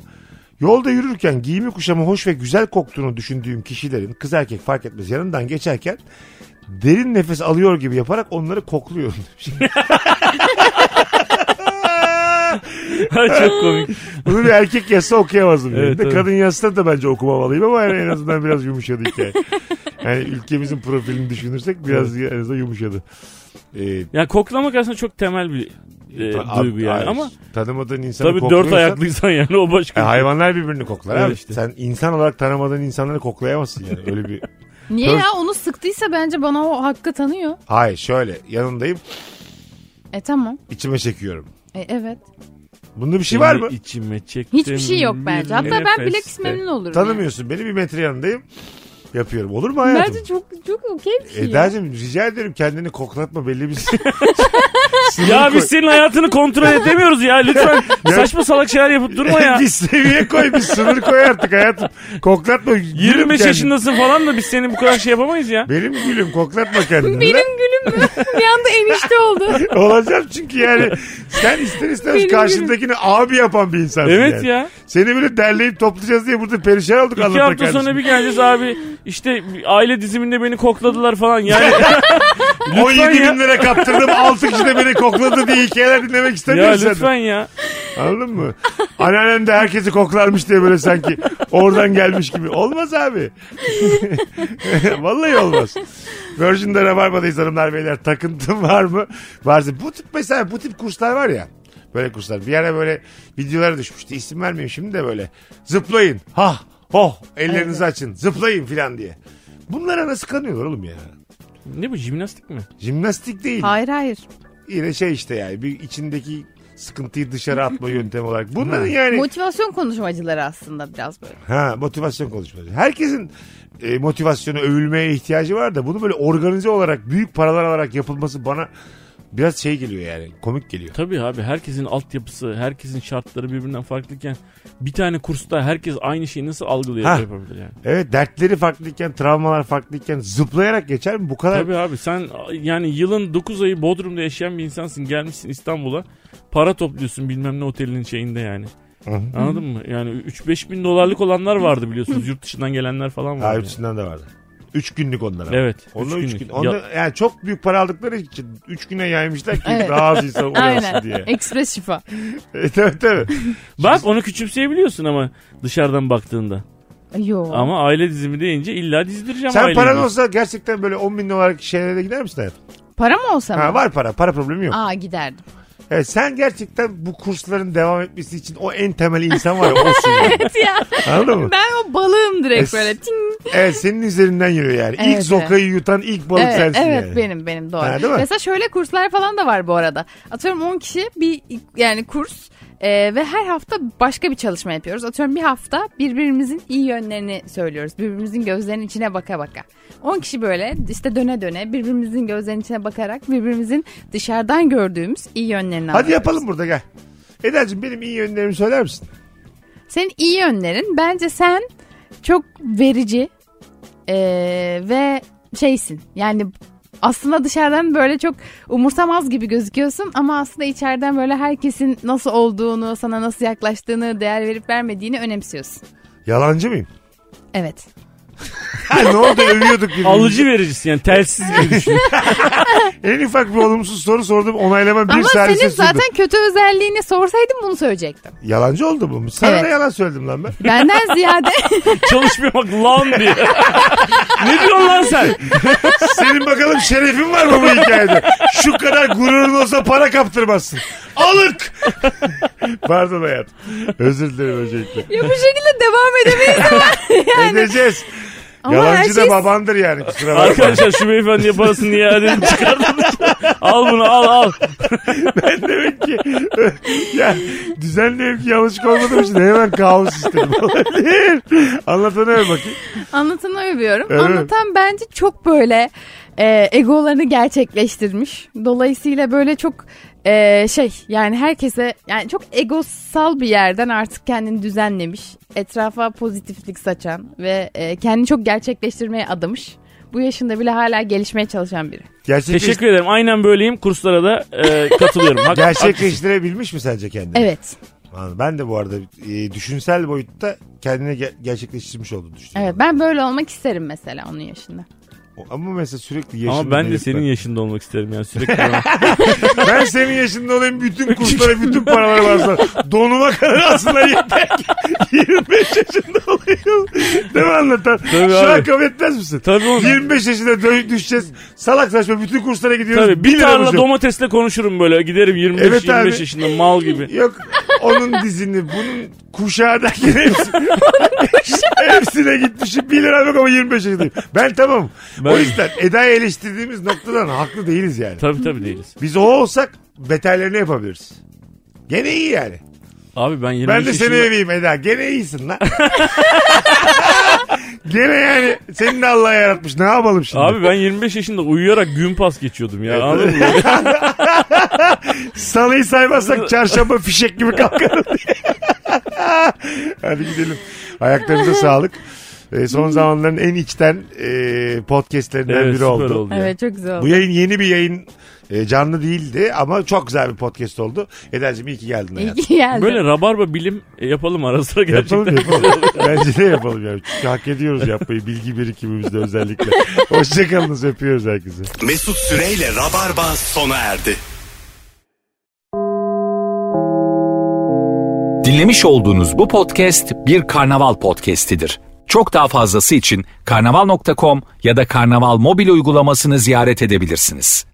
yolda yürürken giyimi kuşamı hoş ve güzel koktuğunu düşündüğüm kişilerin kız erkek fark etmez yanından geçerken derin nefes alıyor gibi yaparak onları kokluyorum. demiş. Ha, Çok komik. Bunu bir erkek yazsa okuyamazdım. yani. Evet, De evet. Kadın yazsa da bence okumamalıyım ama yani en azından biraz yumuşadı hikaye. Yani ülkemizin profilini düşünürsek biraz en azından yumuşadı. Ee, Ya koklamak aslında çok temel bir e, Ta- duygu ab- yani hayır. ama tanımadığın insanı tabii dört kokluyorsan- ayaklıysan yani o E, başka. hayvanlar birbirini koklar abi. Evet işte. Sen insan olarak tanımadığın insanları koklayamazsın yani. Öyle bir Niye Dört- ya onu sıktıysa bence bana o hakkı tanıyor. Hayır şöyle yanındayım E tamam. içime çekiyorum. E, evet. Bunda bir şey var mı? İçime çektim. Hiçbir şey yok bence. Hatta bir ben bilakis nefeste. memnun olurum. Tanımıyorsun beni bir metre yanındayım. Yapıyorum. Olur mu yani. hayatım? Bence çok çok okey bir E, şey. ya. Eda'cığım rica ederim kendini koklatma belli bir sınır Ya koy. biz senin hayatını kontrol edemiyoruz ya lütfen. Saçma salak şeyler yapıp durma ya. bir seviye koy bir sınır koy artık hayatım. Koklatma. gülüm 25 kendini. yaşındasın falan da biz seni bu kadar şey yapamayız ya. Benim gülüm koklatma kendini. Benim gülüm mü? bir anda enişte oldu. Olacağım çünkü yani sen ister istemez Benim karşındakini abi yapan bir insansın Evet yani. ya. Seni böyle derleyip toplayacağız diye burada perişan olduk İki anlatan hafta sonra kardeşim. bir geleceğiz abi. İşte bir aile diziminde beni kokladılar falan. Yani 17 lütfen bin lira kaptırdım 6 kişi de beni kokladı diye hikayeler dinlemek ya istemiyorsun. lütfen ya. Anladın mı? Anneannem de herkesi koklarmış diye böyle sanki oradan gelmiş gibi. Olmaz abi. Vallahi olmaz. Virgin'de Rabarba'dayız hanımlar beyler. Takıntın var mı? Varsa bu tip mesela bu tip kurslar var ya. Böyle kurslar. Bir ara böyle videolara düşmüştü. İsim vermeyeyim şimdi de böyle. Zıplayın. Ha, oh, ellerinizi açın. Zıplayın filan diye. Bunlara nasıl kanıyorlar oğlum ya? Ne bu jimnastik mi? Jimnastik değil. Hayır hayır. Yine şey işte yani bir içindeki sıkıntıyı dışarı atma yöntemi olarak. Bunların yani Motivasyon konuşmacıları aslında biraz böyle. ha, motivasyon konuşması. Herkesin e, motivasyonu övülmeye ihtiyacı var da bunu böyle organize olarak büyük paralar alarak yapılması bana biraz şey geliyor yani komik geliyor. Tabii abi herkesin altyapısı, herkesin şartları birbirinden farklıyken bir tane kursta herkes aynı şeyi nasıl algılıyor Ha. yapabilir yani. Evet dertleri farklıyken travmalar farklıyken zıplayarak geçer mi bu kadar? Tabii abi sen yani yılın 9 ayı Bodrum'da yaşayan bir insansın. Gelmişsin İstanbul'a para topluyorsun bilmem ne otelin şeyinde yani. Anladın mı? Yani 3-5 bin dolarlık olanlar vardı biliyorsunuz. Yurt dışından gelenler falan Daha vardı. yani. ötesinden de vardı. Üç günlük onlara. Evet, Onlar üç üç, gün. günlük. Onlar, yani çok büyük para aldıkları için üç güne yaymışlar ki Evet. daha az insan uyansın Aynen. diye. Ekspres şifa. E, tabii tabii. Bak onu küçümseyebiliyorsun ama dışarıdan baktığında. Yo. Ama aile dizimi deyince illa dizdireceğim Sen aileyi. paran olsa gerçekten böyle 10 bin dolarlık şeylere de gider misin hayatım? Para mı olsa mı? Ha, var para. Para problemi yok. Aa giderdim. Evet, sen gerçekten bu kursların devam etmesi için o en temel insan var ya olsun. yani. ya Anladın mı? ben o balığım direkt Es- böyle. Ting. Evet senin üzerinden yürüyor yani. Evet, ilk evet. zokayı yutan ilk balık Evet, sensin evet yani. benim benim doğru. Ha, değil mi? Mesela şöyle kurslar falan da var bu arada. Atıyorum 10 kişi bir yani kurs e, ve her hafta başka bir çalışma yapıyoruz. Atıyorum bir hafta birbirimizin iyi yönlerini söylüyoruz. Birbirimizin gözlerinin içine baka baka. 10 kişi böyle işte döne döne birbirimizin gözlerinin içine bakarak birbirimizin dışarıdan gördüğümüz iyi yönlerini Hadi anlatıyoruz. yapalım burada gel. Eda'cığım benim iyi yönlerimi söyler misin? Senin iyi yönlerin bence sen çok verici e, ve şeysin. Yani aslında dışarıdan böyle çok umursamaz gibi gözüküyorsun ama aslında içeriden böyle herkesin nasıl olduğunu, sana nasıl yaklaştığını, değer verip vermediğini önemsiyorsun. Yalancı mıyım? Evet. Ha, ne oldu övüyorduk birbirimizi. Alıcı vericisi yani telsiz gibi düşün. En ufak bir olumsuz soru sordum onaylamam bir ama saniye senin sürdü. zaten kötü özelliğini sorsaydım bunu söyleyecektim. Yalancı oldu bu. Sana Evet. da yalan söyledim lan ben. Benden ziyade Çalışmıyor bak lan diye. ne diyorsun lan sen? Senin bakalım şerefin var mı bu hikayede? Şu kadar gururun olsa para kaptırmazsın. Alık! Pardon hayat. Özür dilerim öncelikle. ya bu şekilde devam edemeyiz ama yani. Edeceğiz. Ama Yalancı her da şey- babandır yani kusura bakma. Arkadaşlar şu beyefendiye parasını iadeni çıkartın. al bunu al al. Ben demek ki ya, düzenli evki yanlışlık olmadığım için hemen kaos istedim. Olabilir. Anlatana öyle bakayım. Anlatanı övüyorum. Evet. Anlatan bence çok böyle e, egolarını gerçekleştirmiş. Dolayısıyla böyle çok e, şey yani herkese yani çok egosal bir yerden artık kendini düzenlemiş. Etrafa pozitiflik saçan ve e, kendini çok gerçekleştirmeye adamış. Bu yaşında bile hala gelişmeye çalışan biri. Gerçekleş... Teşekkür ederim. Aynen böyleyim. Kurslara da e, katılıyorum. Hak- haklısın. Gerçekleştirebilmiş mi sence kendini? Evet. Anladım. Ben de bu arada e, düşünsel boyutta kendini ge- gerçekleştirmiş olduğunu Evet düşünüyorum. ben böyle olmak isterim mesela onun yaşında. O- Ama mesela sürekli yaşında. Ama ben de herifler- senin yaşında olmak isterim yani sürekli. bana- Ben senin yaşında olayım bütün kurslara bütün paralara varsa donuma kadar aslında yeter ki 25 yaşında olayım. Değil mi anlatan? Tabii Şu an abi. kabul etmez misin? Tabii oğlum. 25 yaşında dö- düşeceğiz. Salak saçma bütün kurslara gidiyoruz. Tabii Bir bir lira tarla bulacağım. domatesle konuşurum böyle. Giderim 25 Evet abi. 25 yaşında mal gibi. Yok onun dizini bunun kuşağı derken hepsi, hepsine gitmişim 1 lira yok ama 25 yaşındayım. Ben tamam. O Ben- yüzden Eda'yı eleştirdiğimiz noktadan haklı değiliz yani. Tabii tabii değiliz. Biz o olsak beterlerini yapabiliriz. Gene iyi yani. Abi ben 25 Ben de yaşında... seni öveyim Eda. Gene iyisin lan. Gene yani seni de Allah yaratmış. Ne yapalım şimdi? Abi ben 25 yaşında uyuyarak gün pas geçiyordum ya. Anladın mı? Salıyı saymazsak çarşamba fişek gibi kalkarım diye. Hadi gidelim. Ayaklarınıza sağlık. Ee, son zamanların en içten e, podcastlerinden Evet biri süper oldu. oldu. ya. Evet çok güzel Bu yayın yeni bir yayın. E, canlı değildi ama çok güzel bir podcast oldu. Eda'cığım iyi ki geldin İyi hayatım. ki geldin. Böyle rabarba bilim e, yapalım ara sıra gerçekten. Yapalım yapalım. Bence de yapalım yani. Çünkü hak ediyoruz yapmayı bilgi birikimimizde özellikle. Hoşçakalınız öpüyoruz herkese. Mesut Süreyle Rabarba sona erdi. Dinlemiş olduğunuz bu podcast bir karnaval podcastidir. Çok daha fazlası için karnaval.com ya da karnaval mobil uygulamasını ziyaret edebilirsiniz.